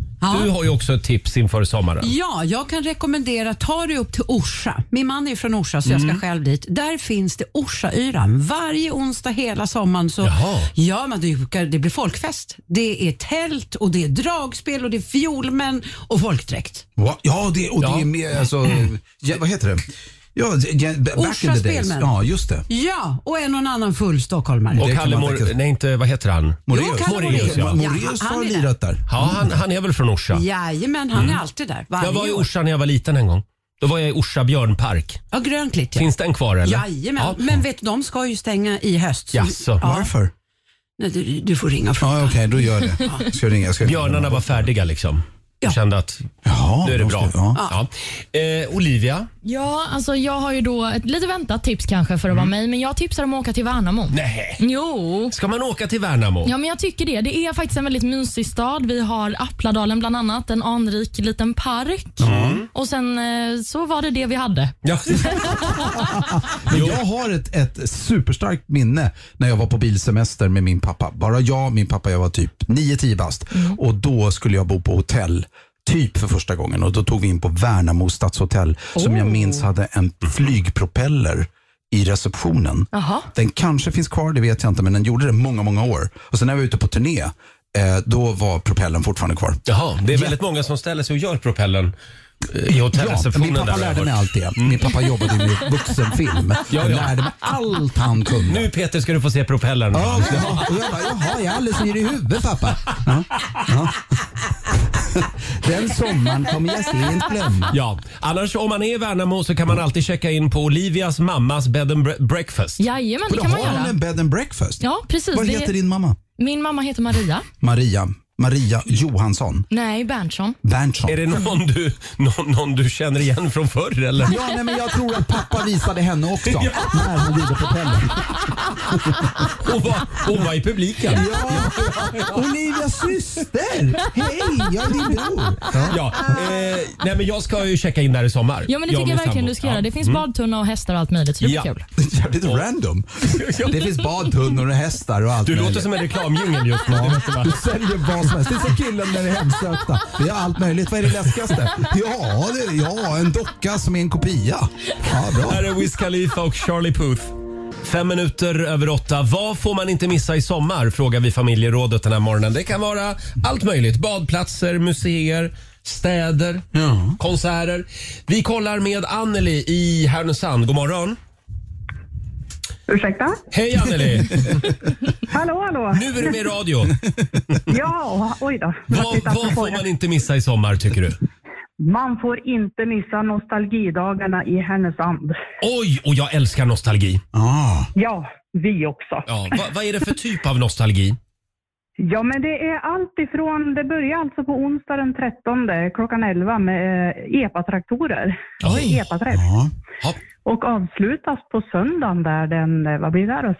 Speaker 1: Du har ju också ett tips inför sommaren.
Speaker 12: Ja, jag kan rekommendera, ta dig upp till Orsa. Min man är från Orsa så jag ska själv dit. Där finns det Orsayran. Varje onsdag hela sommaren så
Speaker 1: Jaha.
Speaker 12: gör man det. Det blir folkfest. Det är tält och det är dragspel och det är fiolmän och folkdräkt.
Speaker 8: Va? Ja, det, och det
Speaker 1: Ja.
Speaker 8: är med, alltså, ja, vad heter det? Ja, ja, back in
Speaker 12: Orsa
Speaker 8: the days.
Speaker 12: Spelmän.
Speaker 8: Ja, just det.
Speaker 12: Ja, och en och en annan full stockholmare.
Speaker 1: Och
Speaker 8: Det kan
Speaker 1: Kalle
Speaker 8: man
Speaker 1: Mor...
Speaker 8: faktiskt-
Speaker 1: Nej, inte... Vad heter han?
Speaker 12: Jo,
Speaker 8: Moraeus.
Speaker 12: Kalle
Speaker 1: Moraeus, ja.
Speaker 8: Moraeus
Speaker 12: Ja, han
Speaker 8: har
Speaker 12: är där.
Speaker 8: lirat där. Mm.
Speaker 1: Ja, han, han är väl från Orsa?
Speaker 12: Jajamän, han är alltid där. Varje
Speaker 1: Jag var i
Speaker 12: år.
Speaker 1: Orsa när jag var liten en gång. Då var jag i Orsa björnpark.
Speaker 12: Ja, Grönklitt ja.
Speaker 1: Finns den kvar eller?
Speaker 12: Jajamän,
Speaker 1: Ja.
Speaker 12: men vet du, de ska ju stänga i höst. så-
Speaker 1: Jaså.
Speaker 12: Ja,
Speaker 8: Varför?
Speaker 12: nej, du, du får ringa och fråga.
Speaker 8: Ja, okej, då gör jag det. Ska jag ringa? Ska jag ringa?
Speaker 1: Björnarna var färdiga liksom.
Speaker 12: Ja.
Speaker 1: Kände att
Speaker 8: Ja,
Speaker 1: nu är det
Speaker 8: de ska-
Speaker 1: bra.
Speaker 8: Ja.
Speaker 1: Ja. Eh, Olivia,
Speaker 5: Ja, alltså jag har ju då ett lite väntat tips kanske för att vara mig, men jag tipsar om att åka till Värnamo.
Speaker 1: Nej.
Speaker 5: Jo.
Speaker 1: Ska man åka till Värnamo?
Speaker 5: Ja, men jag tycker det. Det är faktiskt en väldigt mysig stad. Vi har Appladalen bland annat, en anrik liten park.
Speaker 8: Mm.
Speaker 5: Och sen eh, så var det det vi hade.
Speaker 1: Ja.
Speaker 8: Men jag har ett, ett superstarkt minne när jag var på bilsemester med min pappa. Bara jag och min pappa, jag var typ 9-10 bast. Och då skulle jag bo på hotell. Typ för första gången och då tog vi in på Värnamo stadshotell som jag
Speaker 13: Oh.
Speaker 8: minns hade en flygpropeller i receptionen.
Speaker 5: Jaha.
Speaker 8: Den kanske finns kvar, det vet jag inte, men den gjorde det många, många år. Och sen när vi var ute på turné, eh, då var propellen fortfarande kvar.
Speaker 1: Jaha, det är väldigt många som ställer sig och gör propellen eh, i hotellreceptionen.
Speaker 8: Ja, min pappa
Speaker 1: där, har jag
Speaker 8: lärde
Speaker 1: hört.
Speaker 8: mig allt det. Min pappa jobbade ju med vuxenfilm.
Speaker 1: Ja,
Speaker 8: Han
Speaker 1: ja.
Speaker 8: lärde mig allt han kunde.
Speaker 1: Nu Peter ska du få se propellern.
Speaker 8: Ja, ja. [laughs] Och jag bara, jaha, jag är alldeles yr i huvudet pappa. Ja. Ja. Den sommaren kommer jag sent glömma.
Speaker 1: Ja, annars om man är i Värnamo så kan man alltid checka in på Olivias mammas bed and bre- breakfast.
Speaker 5: Jajamän, det kan man
Speaker 8: Har hon
Speaker 5: göra.
Speaker 8: en bed and breakfast?
Speaker 5: Ja, precis.
Speaker 8: Vad
Speaker 5: Det-
Speaker 8: heter din mamma?
Speaker 5: Min mamma heter Maria.
Speaker 8: Maria. Maria Johansson.
Speaker 5: Nej, Berntsson.
Speaker 8: Berntsson.
Speaker 1: Är det någon du, någon, någon du känner igen från förr eller?
Speaker 8: Ja, nej, men jag tror att pappa visade henne också när han gjorde propellen.
Speaker 1: Hon var, hon var i publiken.
Speaker 8: Olivias syster! Hej, jag är din bror.
Speaker 1: Ja, eh, nej men jag ska ju checka in där i sommar.
Speaker 5: Ja, men det
Speaker 1: Jag
Speaker 5: tycker
Speaker 1: och min
Speaker 5: jag verkligen
Speaker 1: sambo.
Speaker 5: du ska
Speaker 1: Ja.
Speaker 5: göra. Det finns
Speaker 1: Mm.
Speaker 5: badtunna och hästar och allt möjligt, så det blir
Speaker 1: Ja.
Speaker 5: kul.
Speaker 8: Jävligt random. Det finns badtunnor och hästar och allt
Speaker 1: Du låter
Speaker 8: möjligt.
Speaker 1: som en reklamdjungel just nu. det måste
Speaker 8: Ja,
Speaker 1: vara.
Speaker 8: du säljer vad som helst. Det är så killen när det är hemsökta. Vi har allt möjligt. Vad är det läskigaste? Ja, det, ja en docka som är en kopia. Ja, bra.
Speaker 1: Här är Wiz Khalifa och Charlie Puth. Fem minuter över åtta. Vad får man inte missa i sommar? Frågar vi familjerådet den här morgonen. Det kan vara allt möjligt. Badplatser, museer, städer, konserter. Vi kollar med Anneli i Härnösand. God morgon.
Speaker 7: Ursäkta?
Speaker 1: Hej Anneli!
Speaker 7: Hallå, hallå!
Speaker 1: Nu är du med i radio.
Speaker 7: Ja, oj då.
Speaker 1: Vad, vad får man inte missa i sommar tycker du?
Speaker 7: Man får inte missa nostalgidagarna i Härnösand.
Speaker 1: Oj, och jag älskar nostalgi.
Speaker 8: Ah.
Speaker 7: Ja, vi också.
Speaker 1: Ja, vad, vad är det för typ av nostalgi?
Speaker 7: Ja, men det är allt ifrån, det börjar alltså på onsdag den 13 klockan 11 med eh, epatraktorer. Epaträff. Och avslutas på söndagen där den, eh, vad blir det då,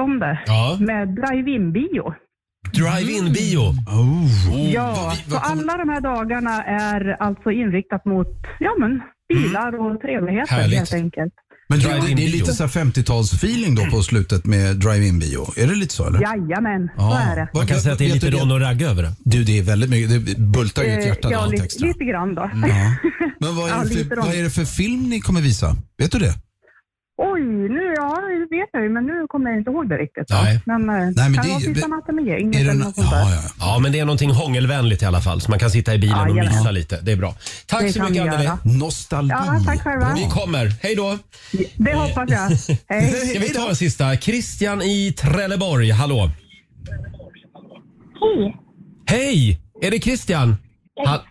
Speaker 7: 16-17
Speaker 1: Ja.
Speaker 7: med drive-in-bio.
Speaker 8: Mm.
Speaker 1: Drive-in-bio.
Speaker 8: Oh.
Speaker 7: Ja, så alla de här dagarna är alltså inriktat mot, ja men, bilar och trevligheter
Speaker 8: Mm. Härligt.
Speaker 7: helt enkelt.
Speaker 8: Men du, det,
Speaker 1: Drive-in
Speaker 8: det är
Speaker 1: bio.
Speaker 8: lite så här 50-talsfeeling då på slutet med drive-in bio. Är det lite så eller?
Speaker 7: Jajamän,
Speaker 8: Ja.
Speaker 7: så är det.
Speaker 1: Man kan säga att det är
Speaker 8: Vet
Speaker 1: lite
Speaker 8: du det?
Speaker 1: Ron och Ragge över det.
Speaker 8: Du, det är väldigt mycket. Det bultar ju ett
Speaker 7: Eh,
Speaker 8: hjärta när
Speaker 7: ja,
Speaker 8: all
Speaker 7: lite,
Speaker 8: texten.
Speaker 7: lite grann då.
Speaker 8: Ja. Men vad är,
Speaker 7: Ja,
Speaker 8: det
Speaker 7: lite
Speaker 8: för,
Speaker 7: då.
Speaker 8: vad är det för film ni kommer visa? Vet du det?
Speaker 7: Oj, nu ja, det vet jag ju, men nu kommer jag inte ihåg det riktigt.
Speaker 1: Nej.
Speaker 7: Men,
Speaker 14: eh,
Speaker 7: Nej,
Speaker 1: men
Speaker 7: men
Speaker 1: det-
Speaker 7: kan vara sista natten med gänget eller något sånt där.
Speaker 1: Ja, men det är någonting hångelvänligt i alla fall så man kan sitta i bilen och
Speaker 7: Jajamän.
Speaker 1: mysa lite. Det är bra. Tack
Speaker 7: Det
Speaker 1: så
Speaker 7: kan
Speaker 1: mycket
Speaker 7: vi
Speaker 1: Anneli.
Speaker 7: göra.
Speaker 8: Nostalgi.
Speaker 7: Ja, tack själva.
Speaker 1: Vi kommer. Hej då.
Speaker 7: Det hoppas
Speaker 1: [laughs]
Speaker 7: jag. Hej.
Speaker 1: Ska vi ta en sista? Christian i Trelleborg. Hallå.
Speaker 14: Hej!
Speaker 1: Hej! Är det Christian? Ha-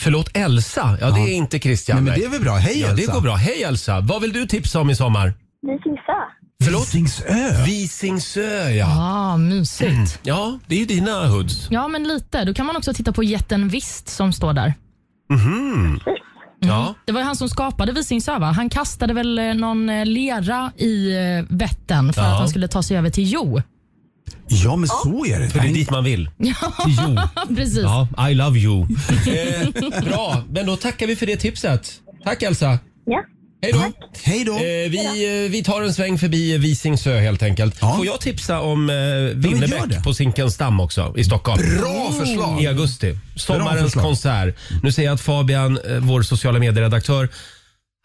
Speaker 1: Förlåt, Elsa? Ja, det är inte Christian.
Speaker 8: Nej, men
Speaker 1: nej.
Speaker 8: det är väl bra. Hej,
Speaker 1: ja, Det
Speaker 8: Elsa.
Speaker 1: går bra. Hej Elsa! Vad vill du tipsa om i sommar?
Speaker 14: Visingsö.
Speaker 1: Förlåt?
Speaker 8: Visingsö.
Speaker 1: Visingsö, ja.
Speaker 5: Ah,
Speaker 1: Mm.
Speaker 5: mysigt.
Speaker 1: Ja, det är ju dina hoods.
Speaker 5: Ja, men lite. Då kan man också titta på jätten Vist som står där.
Speaker 1: Mhm. Ja.
Speaker 5: Det var ju han som skapade Visingsö. va? Han kastade väl eh, någon eh, lera i eh, Vättern för
Speaker 1: Ja.
Speaker 5: att han skulle ta sig över till Jo. [laughs]
Speaker 8: Ja, men så är det.
Speaker 1: För det är dit man vill. Till Jo.
Speaker 5: Precis.
Speaker 1: Ja, I love you. [laughs] Eh, bra, men då tackar vi för det tipset. Tack Elsa.
Speaker 14: Ja.
Speaker 1: Hej då.
Speaker 8: Hej då.
Speaker 1: Eh, vi, eh, vi tar en sväng förbi Visingsö helt enkelt. Får jag tipsa om eh, Winnerbäck på Zinkensdamm också i Stockholm?
Speaker 8: Bra förslag.
Speaker 1: I augusti.
Speaker 8: Bra
Speaker 1: Sommarens
Speaker 8: förslag.
Speaker 1: konsert. Nu ser jag att Fabian, eh, vår sociala medieredaktör,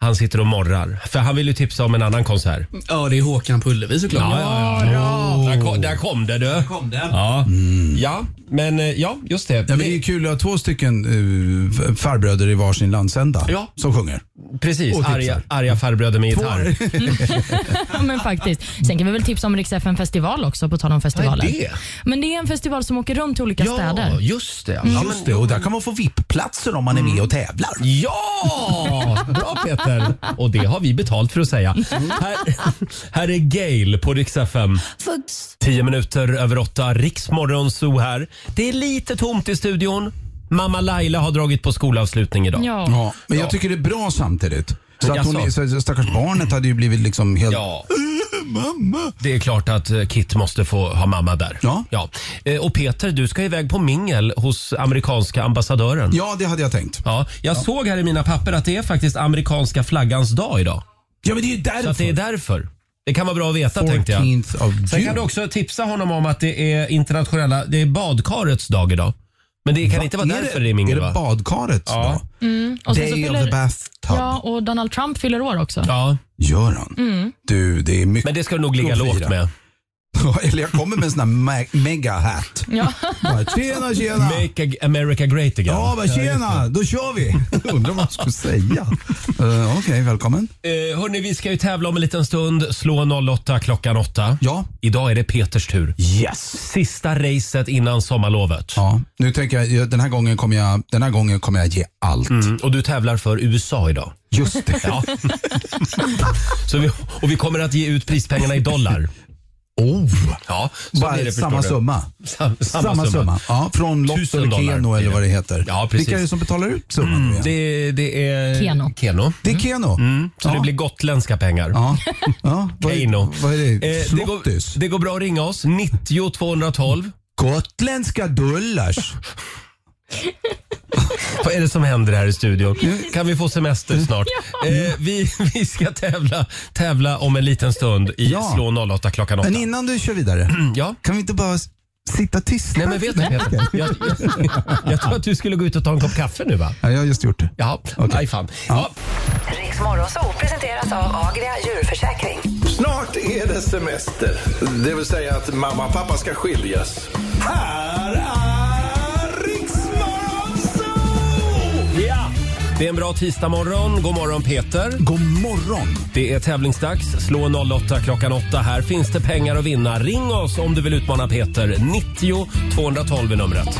Speaker 1: han sitter och morrar. För han vill ju tipsa om en annan konsert.
Speaker 13: Ja, det är Håkan på Ullevi såklart.
Speaker 1: Ja, ja, ja. Där, kom, där kom det du. Där kom den. Ja. ja, men eh, ja, just det.
Speaker 8: Mm. Ja, men det är ju kul att ha två stycken eh, farbröder i varsin landsända
Speaker 1: Ja.
Speaker 8: som sjunger.
Speaker 1: Precis,
Speaker 8: Och tipsar.
Speaker 1: arga, arga farbröder med gitarr.
Speaker 5: Ja, men faktiskt. Sen kan vi väl tipsa om Rix FM festival också, på tal om festivaler.
Speaker 1: Vad är det?
Speaker 5: Men det är en festival som åker runt till olika
Speaker 1: Ja,
Speaker 5: städer.
Speaker 1: just det.
Speaker 8: Ja, just det. Och där kan man få VIP-platser
Speaker 1: Mm.
Speaker 8: om man är med och tävlar.
Speaker 1: Ja! Bra Peter! Och det har vi betalt för att säga. Här, här är Gail på Rix FM. Tio minuter över åtta, Riksmorgon Zoo här. Det är lite tomt i studion. Mamma Laila har dragit på skolavslutning idag.
Speaker 8: Ja, men jag tycker det är bra samtidigt. Så, att hon,
Speaker 1: Jaså?
Speaker 8: så så stackars barnet hade ju blivit liksom helt...
Speaker 1: Ja. Eh, Mamma. Det är klart att eh, Kit måste få ha mamma där. Ja. ja. Eh, Och Peter, du ska iväg på mingel hos amerikanska ambassadören.
Speaker 8: Ja, det hade jag tänkt.
Speaker 1: Ja. Jag såg här i mina papper att det är faktiskt amerikanska flaggans dag idag.
Speaker 8: Ja, men det är ju därför.
Speaker 1: Så att det är därför. Det kan vara bra att veta tänkte jag.
Speaker 8: 14th of
Speaker 1: Sen
Speaker 8: June.
Speaker 1: kan du också tipsa honom om att det är internationella, det är badkarets dag idag. Men det kan
Speaker 8: Va?
Speaker 1: inte vara
Speaker 8: Är
Speaker 1: därför
Speaker 8: det-
Speaker 1: det är mingel
Speaker 8: är det
Speaker 1: va?
Speaker 8: badkarets
Speaker 1: ja. dag?
Speaker 5: Mm. Och sen så fyller-
Speaker 8: bathtub.
Speaker 5: Ja, och Donald Trump fyller år också.
Speaker 1: Ja.
Speaker 8: Gör han?
Speaker 5: Mm.
Speaker 8: Du, det är mycket [laughs]
Speaker 1: Men det ska du nog ligga
Speaker 8: att
Speaker 1: lågt
Speaker 8: fira.
Speaker 1: med.
Speaker 8: Ja, Eller jag kommer med en sån här me- mega-hat.
Speaker 5: Ja.
Speaker 8: Bara, Tjena, tjena!
Speaker 1: Make America great again.
Speaker 8: Ja, bara, tjena, då
Speaker 1: [laughs]
Speaker 8: kör vi. Undrar vad jag skulle säga. Eh, Okej, välkommen.
Speaker 1: Eh, hörni, vi ska ju tävla om en liten stund. Slå 08 klockan 8.
Speaker 8: Ja.
Speaker 1: Idag är det Peters tur.
Speaker 8: Yes.
Speaker 1: Sista racet innan sommarlovet.
Speaker 8: Ja, nu tänker jag, jag, den här gången kommer jag, den här gången kommer jag ge allt.
Speaker 1: Mm, och du tävlar för USA idag.
Speaker 8: Just det.
Speaker 1: [laughs] Ja. Så vi, och vi kommer att ge ut prispengarna i dollar.
Speaker 8: [laughs] Oh.
Speaker 1: Ja, så
Speaker 8: Bara
Speaker 1: blir det, förstår
Speaker 8: samma
Speaker 1: du.
Speaker 8: summa.
Speaker 1: Sam, samma,
Speaker 8: Samma summa. Ja, från Lotto
Speaker 1: Tusen
Speaker 8: eller
Speaker 1: dollar
Speaker 8: Keno
Speaker 1: blir
Speaker 8: eller vad det heter.
Speaker 1: Ja, precis. Mm.
Speaker 8: Vilka är det som betalar ut summan nu igen?
Speaker 1: Det, det är
Speaker 5: Keno.
Speaker 1: Keno.
Speaker 8: Det är Keno.
Speaker 1: Mm, så det blir gotländska pengar.
Speaker 8: Ja. ja. Vad, är,
Speaker 1: Keno.
Speaker 8: vad är det?
Speaker 1: Eh, det,
Speaker 8: Slott?
Speaker 1: går, det går bra att ringa oss. 90 212.
Speaker 8: Gotländska dollars.
Speaker 1: Vad är det som händer här i studion? Kan vi få semester snart? Eh, vi, vi ska tävla, tävla om en liten stund i
Speaker 8: Ja.
Speaker 1: Slå 08 klockan 8.
Speaker 8: Men innan du kör vidare,
Speaker 1: Ja.
Speaker 8: kan vi inte bara s- sitta tysta?
Speaker 1: Mm. Nej men vet du Peter, [laughs] jag, jag, jag tror att du skulle gå ut och ta en kopp kaffe nu va?
Speaker 8: Ja, jag har just gjort det.
Speaker 1: Ja, aj fan. Ja.
Speaker 3: Riks Morgonzoo presenteras av Agria djurförsäkring.
Speaker 4: Snart är det semester. Det vill säga att mamma och pappa ska skiljas. Här är Riksmorgonzoo!
Speaker 1: Ja. Det är en bra tisdagmorgon. God morgon Peter.
Speaker 8: God morgon.
Speaker 1: Det är tävlingsdags. Slå 08 klockan 8. Här finns det pengar att vinna. Ring oss om du vill utmana Peter. 90 212 är numret.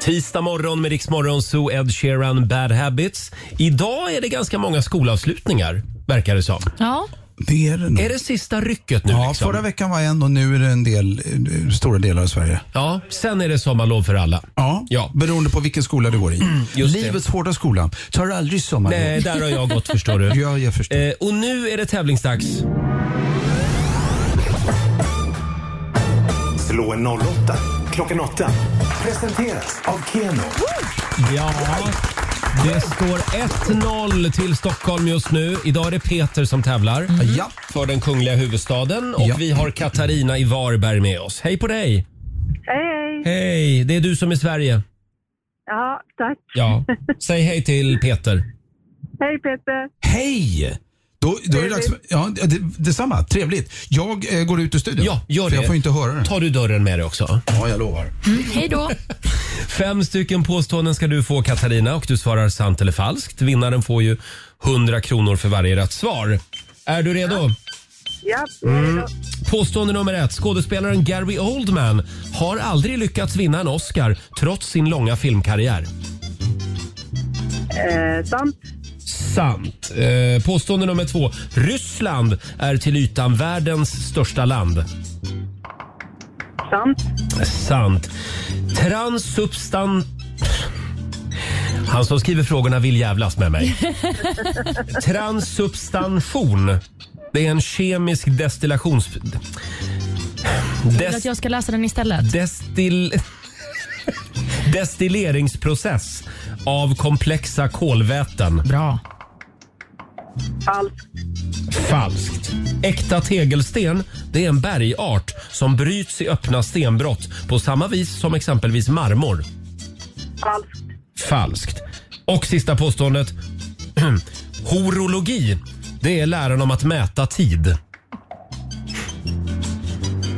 Speaker 1: Tisdag morgon med Riksmorgon Zoo, Ed Sheeran, Bad Habits. Idag är det ganska många skolavslutningar, verkar det som.
Speaker 5: Ja.
Speaker 8: Det är det nog.
Speaker 1: Är det sista rycket nu?
Speaker 8: Ja,
Speaker 1: liksom?
Speaker 8: förra veckan var en och nu är det en del, eh, stora delar av Sverige.
Speaker 1: ja, sen är det sommarlov för alla.
Speaker 8: Ja,
Speaker 1: Ja. Mm,
Speaker 8: beroende på vilken skola du går i.
Speaker 1: just det.
Speaker 8: Livets hårda skola tar aldrig sommar.
Speaker 1: Nej, Eh, där har jag gått förstår
Speaker 8: [laughs]
Speaker 1: du.
Speaker 8: Ja, jag förstår.
Speaker 1: Eh, och nu är det tävlingsdags.
Speaker 4: Slå en 08 klockan 8. Presenteras av Keno.
Speaker 1: Ja, det står 1-0 till Stockholm just nu. Idag är det Peter som tävlar
Speaker 4: Mm.
Speaker 8: Ja.
Speaker 1: för den kungliga huvudstaden och
Speaker 8: Ja.
Speaker 1: vi har Katarina i Varberg med oss. Hej på dig!
Speaker 7: Hej, hej.
Speaker 1: Hej, det är du som är Sverige.
Speaker 7: Ja, tack.
Speaker 1: Ja, säg hej till Peter.
Speaker 7: Hej Peter.
Speaker 8: Hej! Då, då är det dags för, ja, det, detsamma, trevligt. Jag eh, går ut ur studion.
Speaker 1: Ja, gör
Speaker 8: För
Speaker 1: det.
Speaker 8: jag får inte höra den.
Speaker 1: Tar du dörren med dig också?
Speaker 8: Ja, jag lovar.
Speaker 5: Hej då.
Speaker 1: [laughs] Fem stycken påståenden ska du få Katarina och du svarar sant eller falskt. Vinnaren får ju 100 kronor för varje rätt svar. Är du redo? Mm.
Speaker 7: Ja, jag är redo.
Speaker 1: Påstående nummer ett. Skådespelaren Gary Oldman har aldrig lyckats vinna en Oscar trots sin långa filmkarriär.
Speaker 7: Eh, sant.
Speaker 1: Sant. Eh, påstående nummer två. Ryssland är till ytan världens största land.
Speaker 7: Sant.
Speaker 1: Sant. Transsubstan... Han som skriver frågorna vill jävlas med mig. Transsubstantion. Det är en kemisk destillations...
Speaker 5: Vill du
Speaker 1: Des...
Speaker 5: att jag ska läsa den istället?
Speaker 1: Destill... Destilleringsprocess av komplexa kolväten.
Speaker 5: Bra.
Speaker 7: Falskt.
Speaker 1: Falskt. Äkta tegelsten det är en bergart som bryts i öppna stenbrott på samma vis som exempelvis marmor.
Speaker 7: Falskt.
Speaker 1: Falskt. Och sista påståendet. [clears throat] Horologi det är läran om att mäta tid.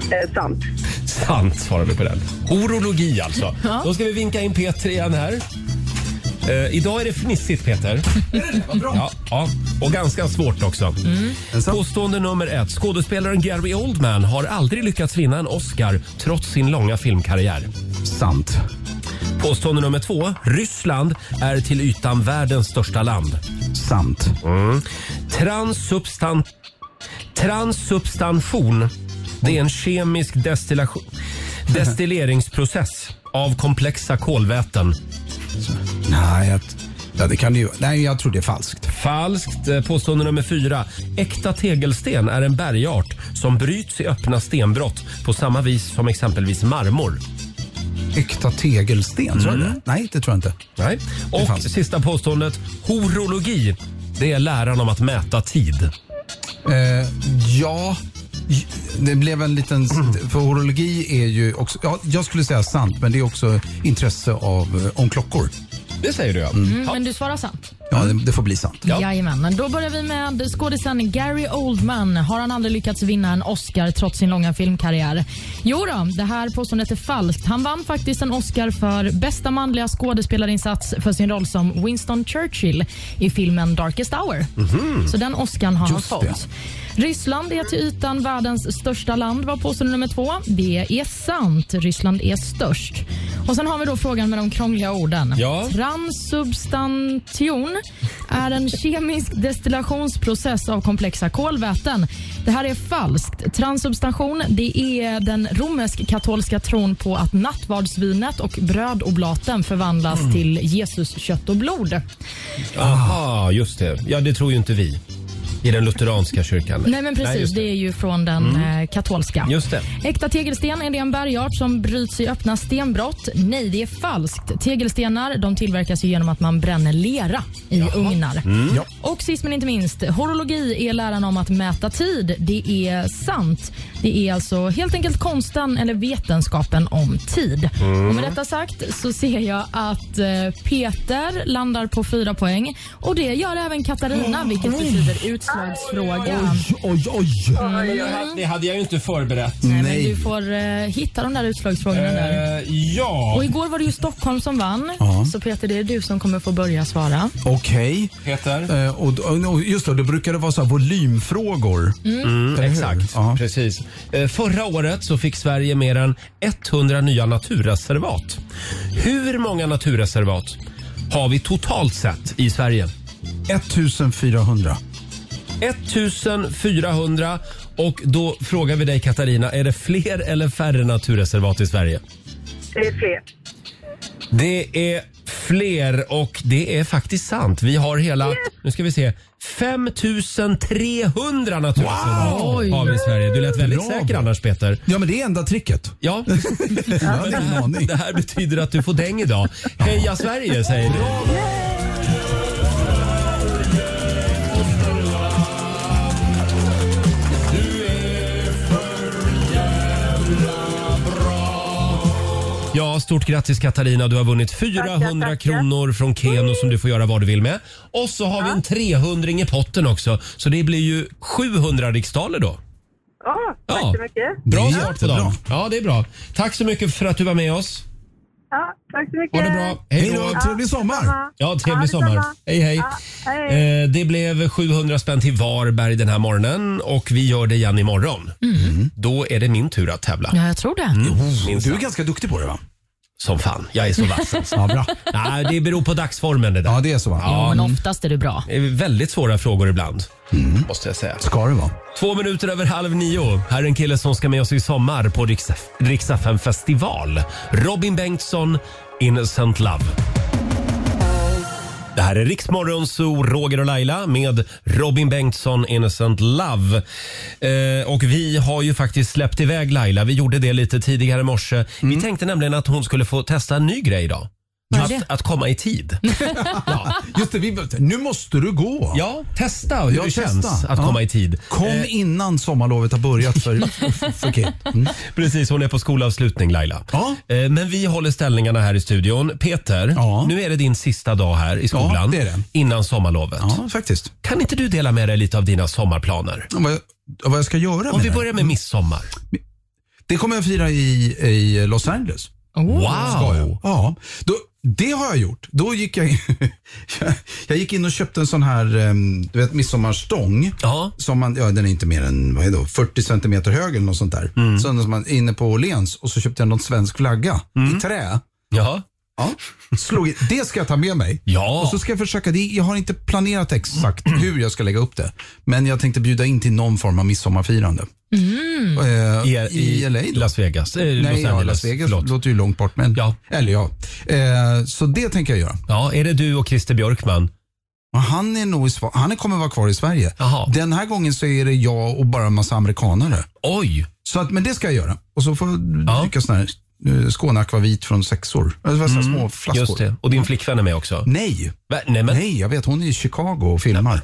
Speaker 7: Eh, sant.
Speaker 1: Sant svarar vi på den. Horologi alltså. Då ska vi vinka in Peter igen här. Eh, idag är det fnissigt Peter. Ja, ja, och ganska svårt också. Påstående nummer ett. Skådespelaren Gary Oldman har aldrig lyckats vinna en Oscar trots sin långa filmkarriär.
Speaker 8: Sant.
Speaker 1: Påstående nummer två. Ryssland är till ytan världens största land.
Speaker 8: Sant.
Speaker 1: Transsubstan... Transsubstantion. Det är en kemisk destillation... destilleringsprocess av komplexa kolväten.
Speaker 8: Nej, jag, ja, det kan det ju, nej, jag tror det är falskt.
Speaker 1: Falskt. Eh, Påstående nummer fyra. Äkta tegelsten är en bergart som bryts i öppna stenbrott på samma vis som exempelvis marmor.
Speaker 8: Äkta tegelsten, tror du det? Nej, det tror jag inte.
Speaker 1: Nej. Mm. Och sista påståendet. Horologi, det är läran om att mäta tid.
Speaker 8: Eh, ja, j- det blev en liten...
Speaker 1: Mm.
Speaker 8: För horologi är ju också... Ja, jag skulle säga sant, men det är också intresse av, eh, om klockor.
Speaker 1: Det säger du, ja.
Speaker 5: Mm, men du svarar sant.
Speaker 8: Ja,
Speaker 1: Mm.
Speaker 8: det, det får bli sant.
Speaker 5: Jajamän. Då börjar vi med skådisen Gary Oldman. Har han aldrig lyckats vinna en Oscar trots sin långa filmkarriär? Jo då, det här påståendet är falskt. Han vann faktiskt en Oscar för bästa manliga skådespelarinsats för sin roll som Winston Churchill i filmen Darkest Hour.
Speaker 10: Mhm.
Speaker 5: Så den Oscarn har
Speaker 10: Just
Speaker 5: han
Speaker 10: det.
Speaker 5: fått. Ryssland är till ytan världens största land var påstående nummer två. Det är sant. Ryssland är störst. Och Sen har vi då frågan med de krångliga orden.
Speaker 10: Ja.
Speaker 5: Transsubstantion är en kemisk destillationsprocess av komplexa kolväten. Det här är falskt. Transsubstantion det är den romersk-katolska tron på att nattvardsvinet och brödoblaten förvandlas
Speaker 1: Mm.
Speaker 5: till Jesus kött och blod.
Speaker 1: Aha, Ah, just det. Ja, det tror ju inte vi i den lutheranska kyrkan.
Speaker 5: Nej men precis,
Speaker 1: just
Speaker 5: det.
Speaker 1: det.
Speaker 5: är ju från den
Speaker 1: Mm.
Speaker 5: eh, katolska.
Speaker 1: Just det.
Speaker 5: Äkta tegelsten är det en bergart som bryts i öppna stenbrott? Nej, det är falskt. Tegelstenar de tillverkas ju genom att man bränner lera i ugnar.
Speaker 10: Mm. Ja.
Speaker 5: Och sist men inte minst, horologi är läran om att mäta tid. Det är sant. Det är alltså helt enkelt konsten eller vetenskapen om tid.
Speaker 10: Mm.
Speaker 5: Och med detta sagt så ser jag att eh, Peter landar på fyra poäng och det gör även Katarina, vilket betyder utslagsfråga.
Speaker 8: Oj, oj!
Speaker 1: Det hade jag ju inte förberett.
Speaker 5: Nej, men du får eh, hitta de där utslagsfrågorna där.
Speaker 1: ja.
Speaker 5: Och igår var det ju Stockholm som vann,
Speaker 8: Eh, Ja.
Speaker 5: så Peter det är du som kommer få börja svara.
Speaker 8: Okej.
Speaker 1: Peter?
Speaker 8: Eh, och, och, och just det, då brukar det vara så här volymfrågor.
Speaker 1: Mm.
Speaker 8: Eller hur?
Speaker 1: exakt, precis. Eh, Förra året så fick Sverige mer än 100 nya naturreservat. Hur många naturreservat har vi totalt sett i Sverige?
Speaker 8: 1400.
Speaker 1: 1400 och då frågar vi dig Katarina, är det fler eller färre naturreservat i Sverige?
Speaker 7: Det är fler.
Speaker 1: Det är fler och det är faktiskt sant. Vi har hela, nu ska vi se, 5300 naturreservat
Speaker 8: Wow!
Speaker 1: har vi i Sverige. Du lät väldigt
Speaker 8: Bra.
Speaker 1: säker annars Peter.
Speaker 8: Ja, men det är enda tricket.
Speaker 1: [laughs] Ja. Det här betyder att du får däng idag. Heja Sverige säger du. Ja, stort grattis Katarina. Du har vunnit 400 kronor från Keno som du får göra vad du vill med. Och så har vi en 300 i potten också. Så det blir ju 700 riksdaler då.
Speaker 7: Ja, tack
Speaker 1: Ja.
Speaker 7: så mycket.
Speaker 1: Bra start på dagen. Ja, det är bra. Tack så mycket för att du var med oss.
Speaker 7: Ja, tack så mycket.
Speaker 1: Ha det bra. Hej då.
Speaker 7: Ja, detsamma.
Speaker 1: Ja,
Speaker 7: Ja,
Speaker 1: trevlig sommar.
Speaker 7: detsamma.
Speaker 1: Hej, hej.
Speaker 7: Ja, hej.
Speaker 1: Eh, det blev 700 spänn till Varberg den här morgonen och vi gör det igen imorgon.
Speaker 7: Mm.
Speaker 1: Mm. Då är det min tur att tävla.
Speaker 5: Ja, jag tror det.
Speaker 1: Du är ganska duktig på det va? Som fan. Jag är så
Speaker 7: [laughs]
Speaker 1: vass. alltså.
Speaker 5: Ja, bra.
Speaker 1: Nej, det beror på dagsformen det där. Ja, det är så va?
Speaker 5: Jo, men
Speaker 8: Mm.
Speaker 5: oftast är du bra.
Speaker 1: Det är väldigt svåra frågor ibland.
Speaker 7: Mm.
Speaker 1: Måste jag säga. Ska det vara. Två minuter över halv nio. Här är en kille som ska med oss i sommar på Riksdagen festival. Robin Bengtsson, Innocent Love. Det här är Riksmorgon Zoo, Roger och Laila med Robin Bengtsson, Innocent Love. Eh, och vi har ju faktiskt släppt iväg Laila. Vi gjorde det lite tidigare i morse. Vi
Speaker 8: Mm.
Speaker 1: tänkte nämligen att hon skulle få testa en ny grej idag. Att, att komma i tid.
Speaker 8: Mm. Just det, vi, nu måste du gå.
Speaker 1: Ja, testa hur det känns att komma i tid.
Speaker 8: Kom
Speaker 1: Eh,
Speaker 8: innan sommarlovet har börjat för, för, för Kate.
Speaker 1: Precis, hon är på skolavslutning Laila. Eh, Men vi håller ställningarna här i studion. Peter, nu är det din sista dag här i skolan
Speaker 8: Ja, det är det.
Speaker 1: innan sommarlovet. Ja,
Speaker 8: faktiskt.
Speaker 1: Kan inte du dela med dig lite av dina sommarplaner?
Speaker 8: Vad jag, vad jag ska göra
Speaker 1: Om vi
Speaker 8: menar du?
Speaker 1: börjar med midsommar.
Speaker 8: Det kommer jag fira i, i Los Angeles.
Speaker 1: Oh. Wow.
Speaker 8: Ska jag. Ja, då, det har jag gjort. Då gick jag, jag, [laughs] jag gick in och köpte en sån här em, du vet, midsommarstång. Som man, ja, den är inte mer än vad är det då, 40 centimeter hög eller något sånt där. Mm. Så den som man är inne på Åhléns och så köpte jag någon svensk flagga
Speaker 1: Mm.
Speaker 8: i trä.
Speaker 1: Ja.
Speaker 8: Ja, slog i. Det ska jag ta med mig.
Speaker 1: Ja. Mm.
Speaker 8: Och så ska jag försöka, det, jag har inte planerat exakt hur jag ska lägga upp det. Men jag tänkte bjuda in till någon form av midsommarfirande. Eh,
Speaker 1: I, Mm. i,
Speaker 8: LA då?
Speaker 1: Las Vegas. Eh,
Speaker 8: Nej,
Speaker 1: Los
Speaker 8: ja,
Speaker 1: Angeles.
Speaker 8: Las Vegas
Speaker 1: Förlåt.
Speaker 8: låter ju långt bort. Men, ja. Eller ja. Eh, så det tänker jag göra.
Speaker 1: Ja, är det du och Christer Björkman?
Speaker 8: Han, är nog i, Sva- han kommer vara kvar i Sverige. Den här gången så är det jag och bara en massa amerikanare.
Speaker 1: Oj!
Speaker 8: Så att, men det ska jag göra. Och så får jag dricka sån här eh, Skåne Akvavit från sexor. Alltså, mm,
Speaker 1: Mm,
Speaker 8: små flaskor.
Speaker 1: Just det. Och din flickvän är med också?
Speaker 8: Nej.
Speaker 1: nej,
Speaker 4: Mm.
Speaker 1: men...
Speaker 8: nej, jag vet. Hon är i Chicago och filmar.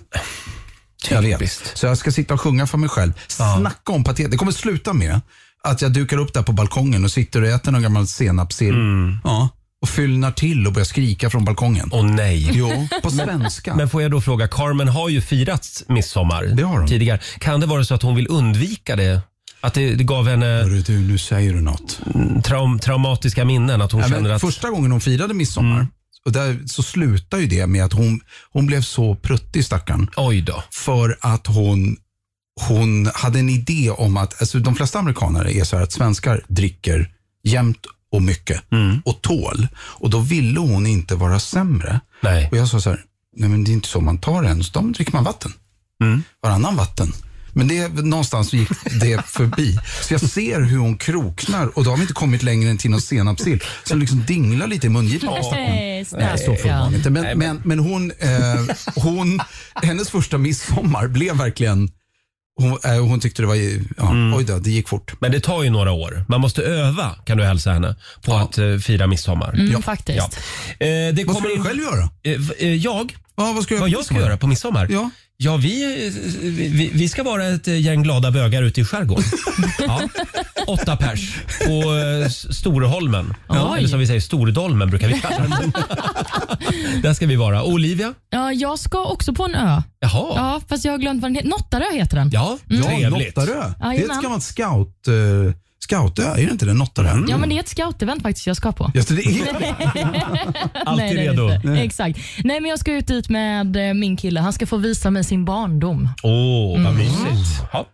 Speaker 8: Jag vet. Så jag ska sitta och sjunga för mig själv. Snacka om patet. Det kommer sluta med att jag dukar upp där på balkongen och sitter och äter någon gammal senapssill.
Speaker 1: Mm.
Speaker 8: Ja, och fyllnar till och börjar skrika från balkongen.
Speaker 1: Åh nej. [laughs]
Speaker 8: Jo, på svenska.
Speaker 1: Men, men får jag då fråga, Carmen har ju firat midsommar tidigare. Kan det vara så att hon vill undvika det? Att det, det gav henne...
Speaker 8: du, nu säger du något.
Speaker 1: Traum, traumatiska minnen, att hon
Speaker 8: Nej, men
Speaker 1: känner att... Mm.
Speaker 8: Första gången hon firade midsommar och där, så slutade ju det med att hon, hon blev så pruttig stackarn.
Speaker 1: Oj då.
Speaker 8: För att hon, hon hade en idé om att, alltså de flesta amerikaner är så här att svenskar dricker jämt och mycket och tål. Och då ville hon inte vara sämre.
Speaker 1: Nej.
Speaker 8: Och jag sa så här, nej men det är inte så man tar en, så de dricker man vatten. Varannan vatten. Men det, någonstans gick det förbi. Så jag ser hur hon kroknar och då har vi inte kommit längre än till någon senapssill som liksom dinglar lite i mungipan. på stacken.
Speaker 5: Eh,
Speaker 10: Nej,
Speaker 8: Nej, så full var hon inte. Men, men, men hon, eh, hon, hennes första midsommar blev verkligen, hon, eh, hon tyckte det var, ja, oj då, det gick fort.
Speaker 1: Mm. Men det tar ju några år. Man måste öva, kan du hälsa henne, på att eh, fira midsommar.
Speaker 5: Mm, faktiskt.
Speaker 1: Eh, det
Speaker 5: Vad
Speaker 1: kommer
Speaker 5: ska du
Speaker 1: in-
Speaker 5: själv
Speaker 8: göra?
Speaker 1: Eh, eh, jag?
Speaker 8: Ja, vad ska jag,
Speaker 1: vad jag ska göra på midsommar? Ja. Ja, vi, eh, vi, vi ska vara ett eh, gäng glada bögar ute i skärgården. ja. Åtta pers på eh, S- Storholmen.
Speaker 5: Oj.
Speaker 1: Eller som vi säger, Stordolmen brukar vi kalla den. Där ska vi vara. Olivia?
Speaker 5: Ja, jag ska också på en ö.
Speaker 1: Jaha.
Speaker 5: Ja, fast jag har glömt vad den heter. Nottarö heter den.
Speaker 1: Ja,
Speaker 4: Mm.
Speaker 5: trevligt.
Speaker 8: Nottarö. Det är
Speaker 5: Jajamän.
Speaker 8: ett gammalt scout, eh, scoutö, är det inte det? Nottarö?
Speaker 1: Mm.
Speaker 5: Ja, men det är ett scoutevent faktiskt jag ska på.
Speaker 8: Just det, det är-
Speaker 5: Nej, det är det
Speaker 8: redo.
Speaker 5: inte.
Speaker 8: Nej.
Speaker 5: Exakt. Nej, men jag ska ut dit med eh, min kille. Han ska få visa mig sin barndom.
Speaker 1: Åh, vad mysigt. Ja.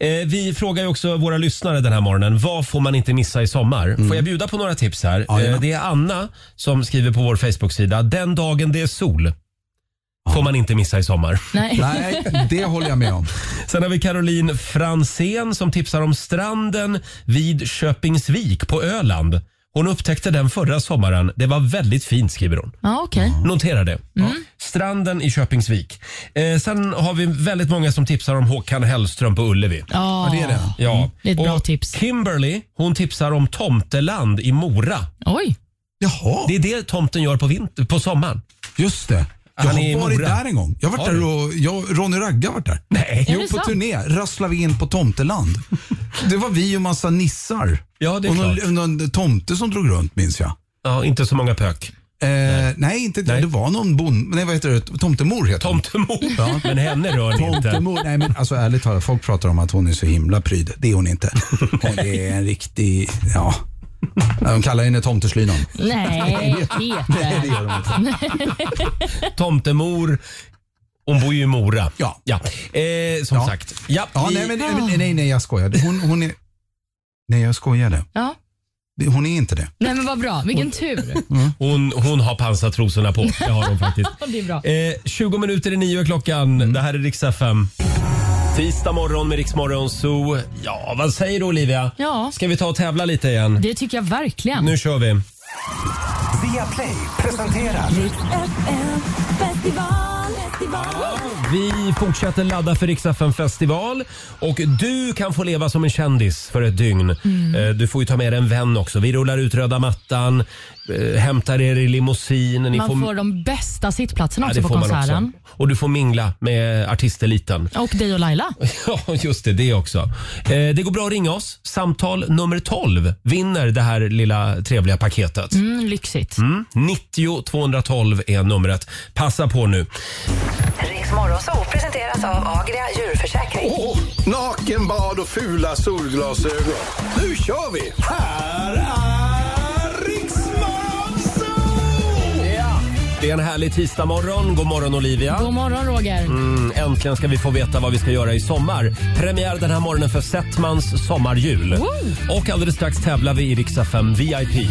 Speaker 1: Eh, vi frågar ju också våra lyssnare den här morgonen. Vad får man inte missa i sommar? Får jag bjuda på några tips här? eh, det är Anna som skriver på vår Facebook-sida. Den dagen det är sol får man inte missa i sommar. [laughs]
Speaker 5: Nej.
Speaker 8: Nej, det håller jag med om.
Speaker 1: Sen har vi Caroline Fransén som tipsar om stranden vid Köpingsvik på Öland. Hon upptäckte den förra sommaren. Det var väldigt fint skriver hon.
Speaker 5: Ja, okej.
Speaker 1: Notera det. Mm. Stranden i Köpingsvik. Eh, sen har vi väldigt många som tipsar om Håkan Hellström på Ullevi.
Speaker 5: Ja. Ja, det är det.
Speaker 1: Ja.
Speaker 5: Mm, det är ett bra
Speaker 1: Och Kimberly, hon tipsar om tomteland i Mora.
Speaker 5: Oj.
Speaker 8: Jaha.
Speaker 1: Det är det tomten gör på, vinter, på sommaren.
Speaker 8: Just det. Jag
Speaker 1: Han är i
Speaker 8: har varit
Speaker 1: Mora.
Speaker 8: där en gång. Jag har varit
Speaker 1: Har du?
Speaker 8: där och jag, Ronny Ragga har varit där.
Speaker 1: Nej.
Speaker 8: Jo,
Speaker 1: Är det
Speaker 8: på
Speaker 1: sant?
Speaker 8: turné rasslade vi in på tomteland. Det var vi och massa nissar.
Speaker 1: Ja, det är
Speaker 8: och någon,
Speaker 1: klart.
Speaker 8: någon tomte som drog runt minns jag.
Speaker 1: Ja, inte så många pök.
Speaker 8: Eh, nej. inte det. Det var någon bon... Nej, vad heter det? Tomtemor heter
Speaker 1: Tomtemor. Men henne rör ni inte.
Speaker 8: Tomtemor. Nej, men alltså ärligt talat, folk pratar om att hon är så himla pryd. Det är hon inte. Hon är en riktig, ja. De kallar henne tomteslynan.
Speaker 5: Nej,
Speaker 8: Nej, det gör de
Speaker 1: Tomtemor. Hon bor ju i Mora.
Speaker 8: Ja.
Speaker 1: ja. Eh, som sagt. Ja,
Speaker 8: Ja,
Speaker 1: vi-
Speaker 8: nej, men, nej, nej, nej, jag skojade. Hon, hon är... Nej, jag skojade.
Speaker 5: Ja.
Speaker 8: Det- Hon är inte det.
Speaker 5: Nej, men vad bra. Vilken tur.
Speaker 1: Hon, hon har pansartrosorna på. Det har hon faktiskt.
Speaker 5: det är bra.
Speaker 1: Eh, 20 minuter i nio är klockan. Det här är riks FM. Tisdag morgon med Rix Morgon Zoo. Ja, vad säger du Olivia?
Speaker 5: Ja.
Speaker 1: Ska vi ta och tävla lite igen?
Speaker 5: Det tycker jag verkligen.
Speaker 1: Nu kör vi.
Speaker 10: Via Play presenterar Riks FM festival, festival.
Speaker 1: Vi fortsätter ladda för Rix FM festival och du kan få leva som en kändis för ett dygn.
Speaker 5: Mm.
Speaker 1: Eh, Du får ju ta med dig en vän också. Vi rullar ut röda mattan, eh, hämtar er i limousin. Ni
Speaker 5: Man får... de bästa sittplatserna också
Speaker 1: det
Speaker 5: på
Speaker 1: får man
Speaker 5: konserten.
Speaker 1: Och du får mingla med artisteliten.
Speaker 5: Och dig och Laila.
Speaker 1: [laughs] Ja, just det. Det också. Eh, det går bra att ringa oss. Samtal nummer 12 vinner det här lilla trevliga paketet.
Speaker 5: Mm, lyxigt.
Speaker 1: Mm. 90 212 är numret. Passa på nu.
Speaker 3: Riks Morgonzoo presenteras av Agria djurförsäkring.
Speaker 4: Åh, nakenbad och fula solglasögon. Nu kör vi! Här är Riksmorgonzoo!
Speaker 1: Det är en härlig tisdagmorgon. God morgon, Olivia.
Speaker 5: God morgon Roger.
Speaker 1: Mm, äntligen ska vi få veta vad vi ska göra i sommar. Premiär den här morgonen för Settmans sommarjul.
Speaker 5: Woo!
Speaker 1: Och alldeles strax tävlar vi i Riksa 5 VIP.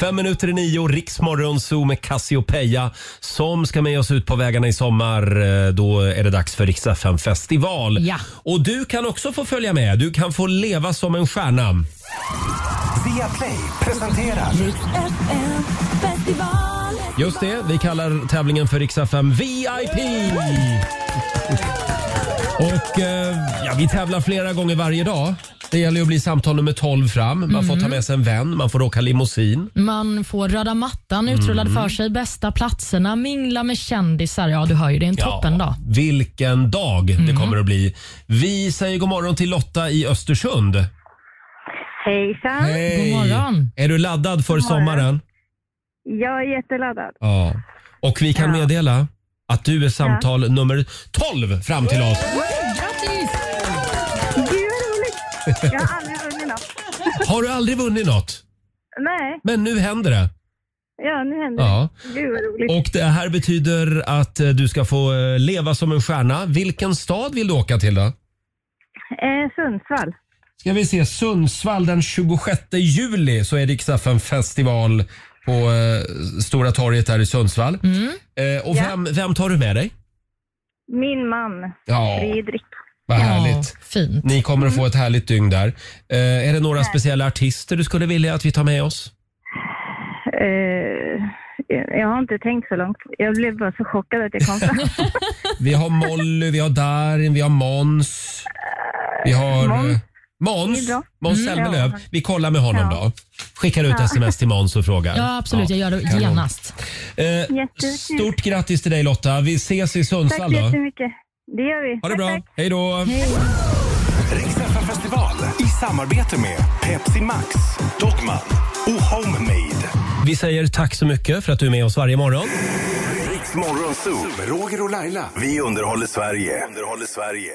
Speaker 1: Fem minuter i nio, Riksmorgon Zoo med Cassiopeia som ska med oss ut på vägarna i sommar. Eh, Då är det dags för Rix FM festival.
Speaker 10: Ja.
Speaker 1: Och du kan också få följa med. Du kan få leva som en stjärna.
Speaker 10: Via Play presenterar Rix FM festival.
Speaker 1: Just det, vi kallar tävlingen för Rix FM VIP. Och eh, ja, vi tävlar flera gånger varje dag. Det gäller ju att bli samtal nummer 12 fram. Man får
Speaker 5: Mm.
Speaker 1: ta med sig en vän, man får åka limousin.
Speaker 5: Man får röda mattan utrullad
Speaker 1: Mm.
Speaker 5: för sig, bästa platserna, mingla med kändisar. Ja, du hör ju, det är en toppen dag. Mm.
Speaker 1: Vilken dag det kommer att bli. Vi säger god morgon till Lotta i Östersund.
Speaker 14: Hejsan!
Speaker 1: Hej. Är du laddad för
Speaker 14: God morgon.
Speaker 1: sommaren?
Speaker 14: Jag är jätteladdad.
Speaker 1: Ja. Och vi kan meddela att du är samtal nummer 12 fram till
Speaker 14: [laughs]
Speaker 1: oss.
Speaker 14: Grattis! Gud vad roligt! Jag har aldrig vunnit något.
Speaker 1: Har du aldrig vunnit något?
Speaker 14: Nej,
Speaker 1: Men nu händer det.
Speaker 14: ja nu händer
Speaker 1: Ja.
Speaker 14: det. Gud vad roligt.
Speaker 1: Och det här betyder att eh, du ska få eh, leva som en stjärna. Vilken stad vill du åka till då?
Speaker 14: Eh, Sundsvall.
Speaker 1: Ska vi se, Sundsvall den 26 juli så är det XFN festival på eh, Stora torget där i Sundsvall. Eh, och
Speaker 14: Ja.
Speaker 1: vem, vem tar du med dig?
Speaker 14: Min man
Speaker 1: Ja.
Speaker 14: Fredrik.
Speaker 1: Vad härligt.
Speaker 5: Fint.
Speaker 1: Ni kommer att få ett härligt dygn där. Eh, är det några speciella artister du skulle vilja att vi tar med oss?
Speaker 14: Eh, jag har inte tänkt så långt. Jag blev bara så chockad att jag kom fram.
Speaker 1: Vi har Molly, vi har Darin, vi har Måns. Vi har eh,
Speaker 14: Måns.
Speaker 1: Måns
Speaker 5: Det är bra.
Speaker 1: Måns
Speaker 5: Mm.
Speaker 1: Zelmerlöw.
Speaker 5: Ja.
Speaker 1: Vi kollar med honom
Speaker 5: Ja.
Speaker 1: då. Skickar ut
Speaker 5: Ja.
Speaker 1: sms till Måns och frågar.
Speaker 5: Ja, absolut. Jag gör det
Speaker 1: kanon.
Speaker 5: genast.
Speaker 1: Eh, stort grattis till dig Lotta. Vi ses i
Speaker 14: Tack
Speaker 1: Sundsvall
Speaker 14: så
Speaker 1: då.
Speaker 14: jättemycket. Det gör vi.
Speaker 1: Ha det bra. Hej då.
Speaker 10: Rix FM festival i samarbete med Pepsi Max, Dogman och Homemade.
Speaker 1: Vi säger tack så mycket för att du är med oss varje morgon.
Speaker 10: Riks Morgonzoo med Roger och Laila. Vi underhåller Sverige. Underhåller Sverige.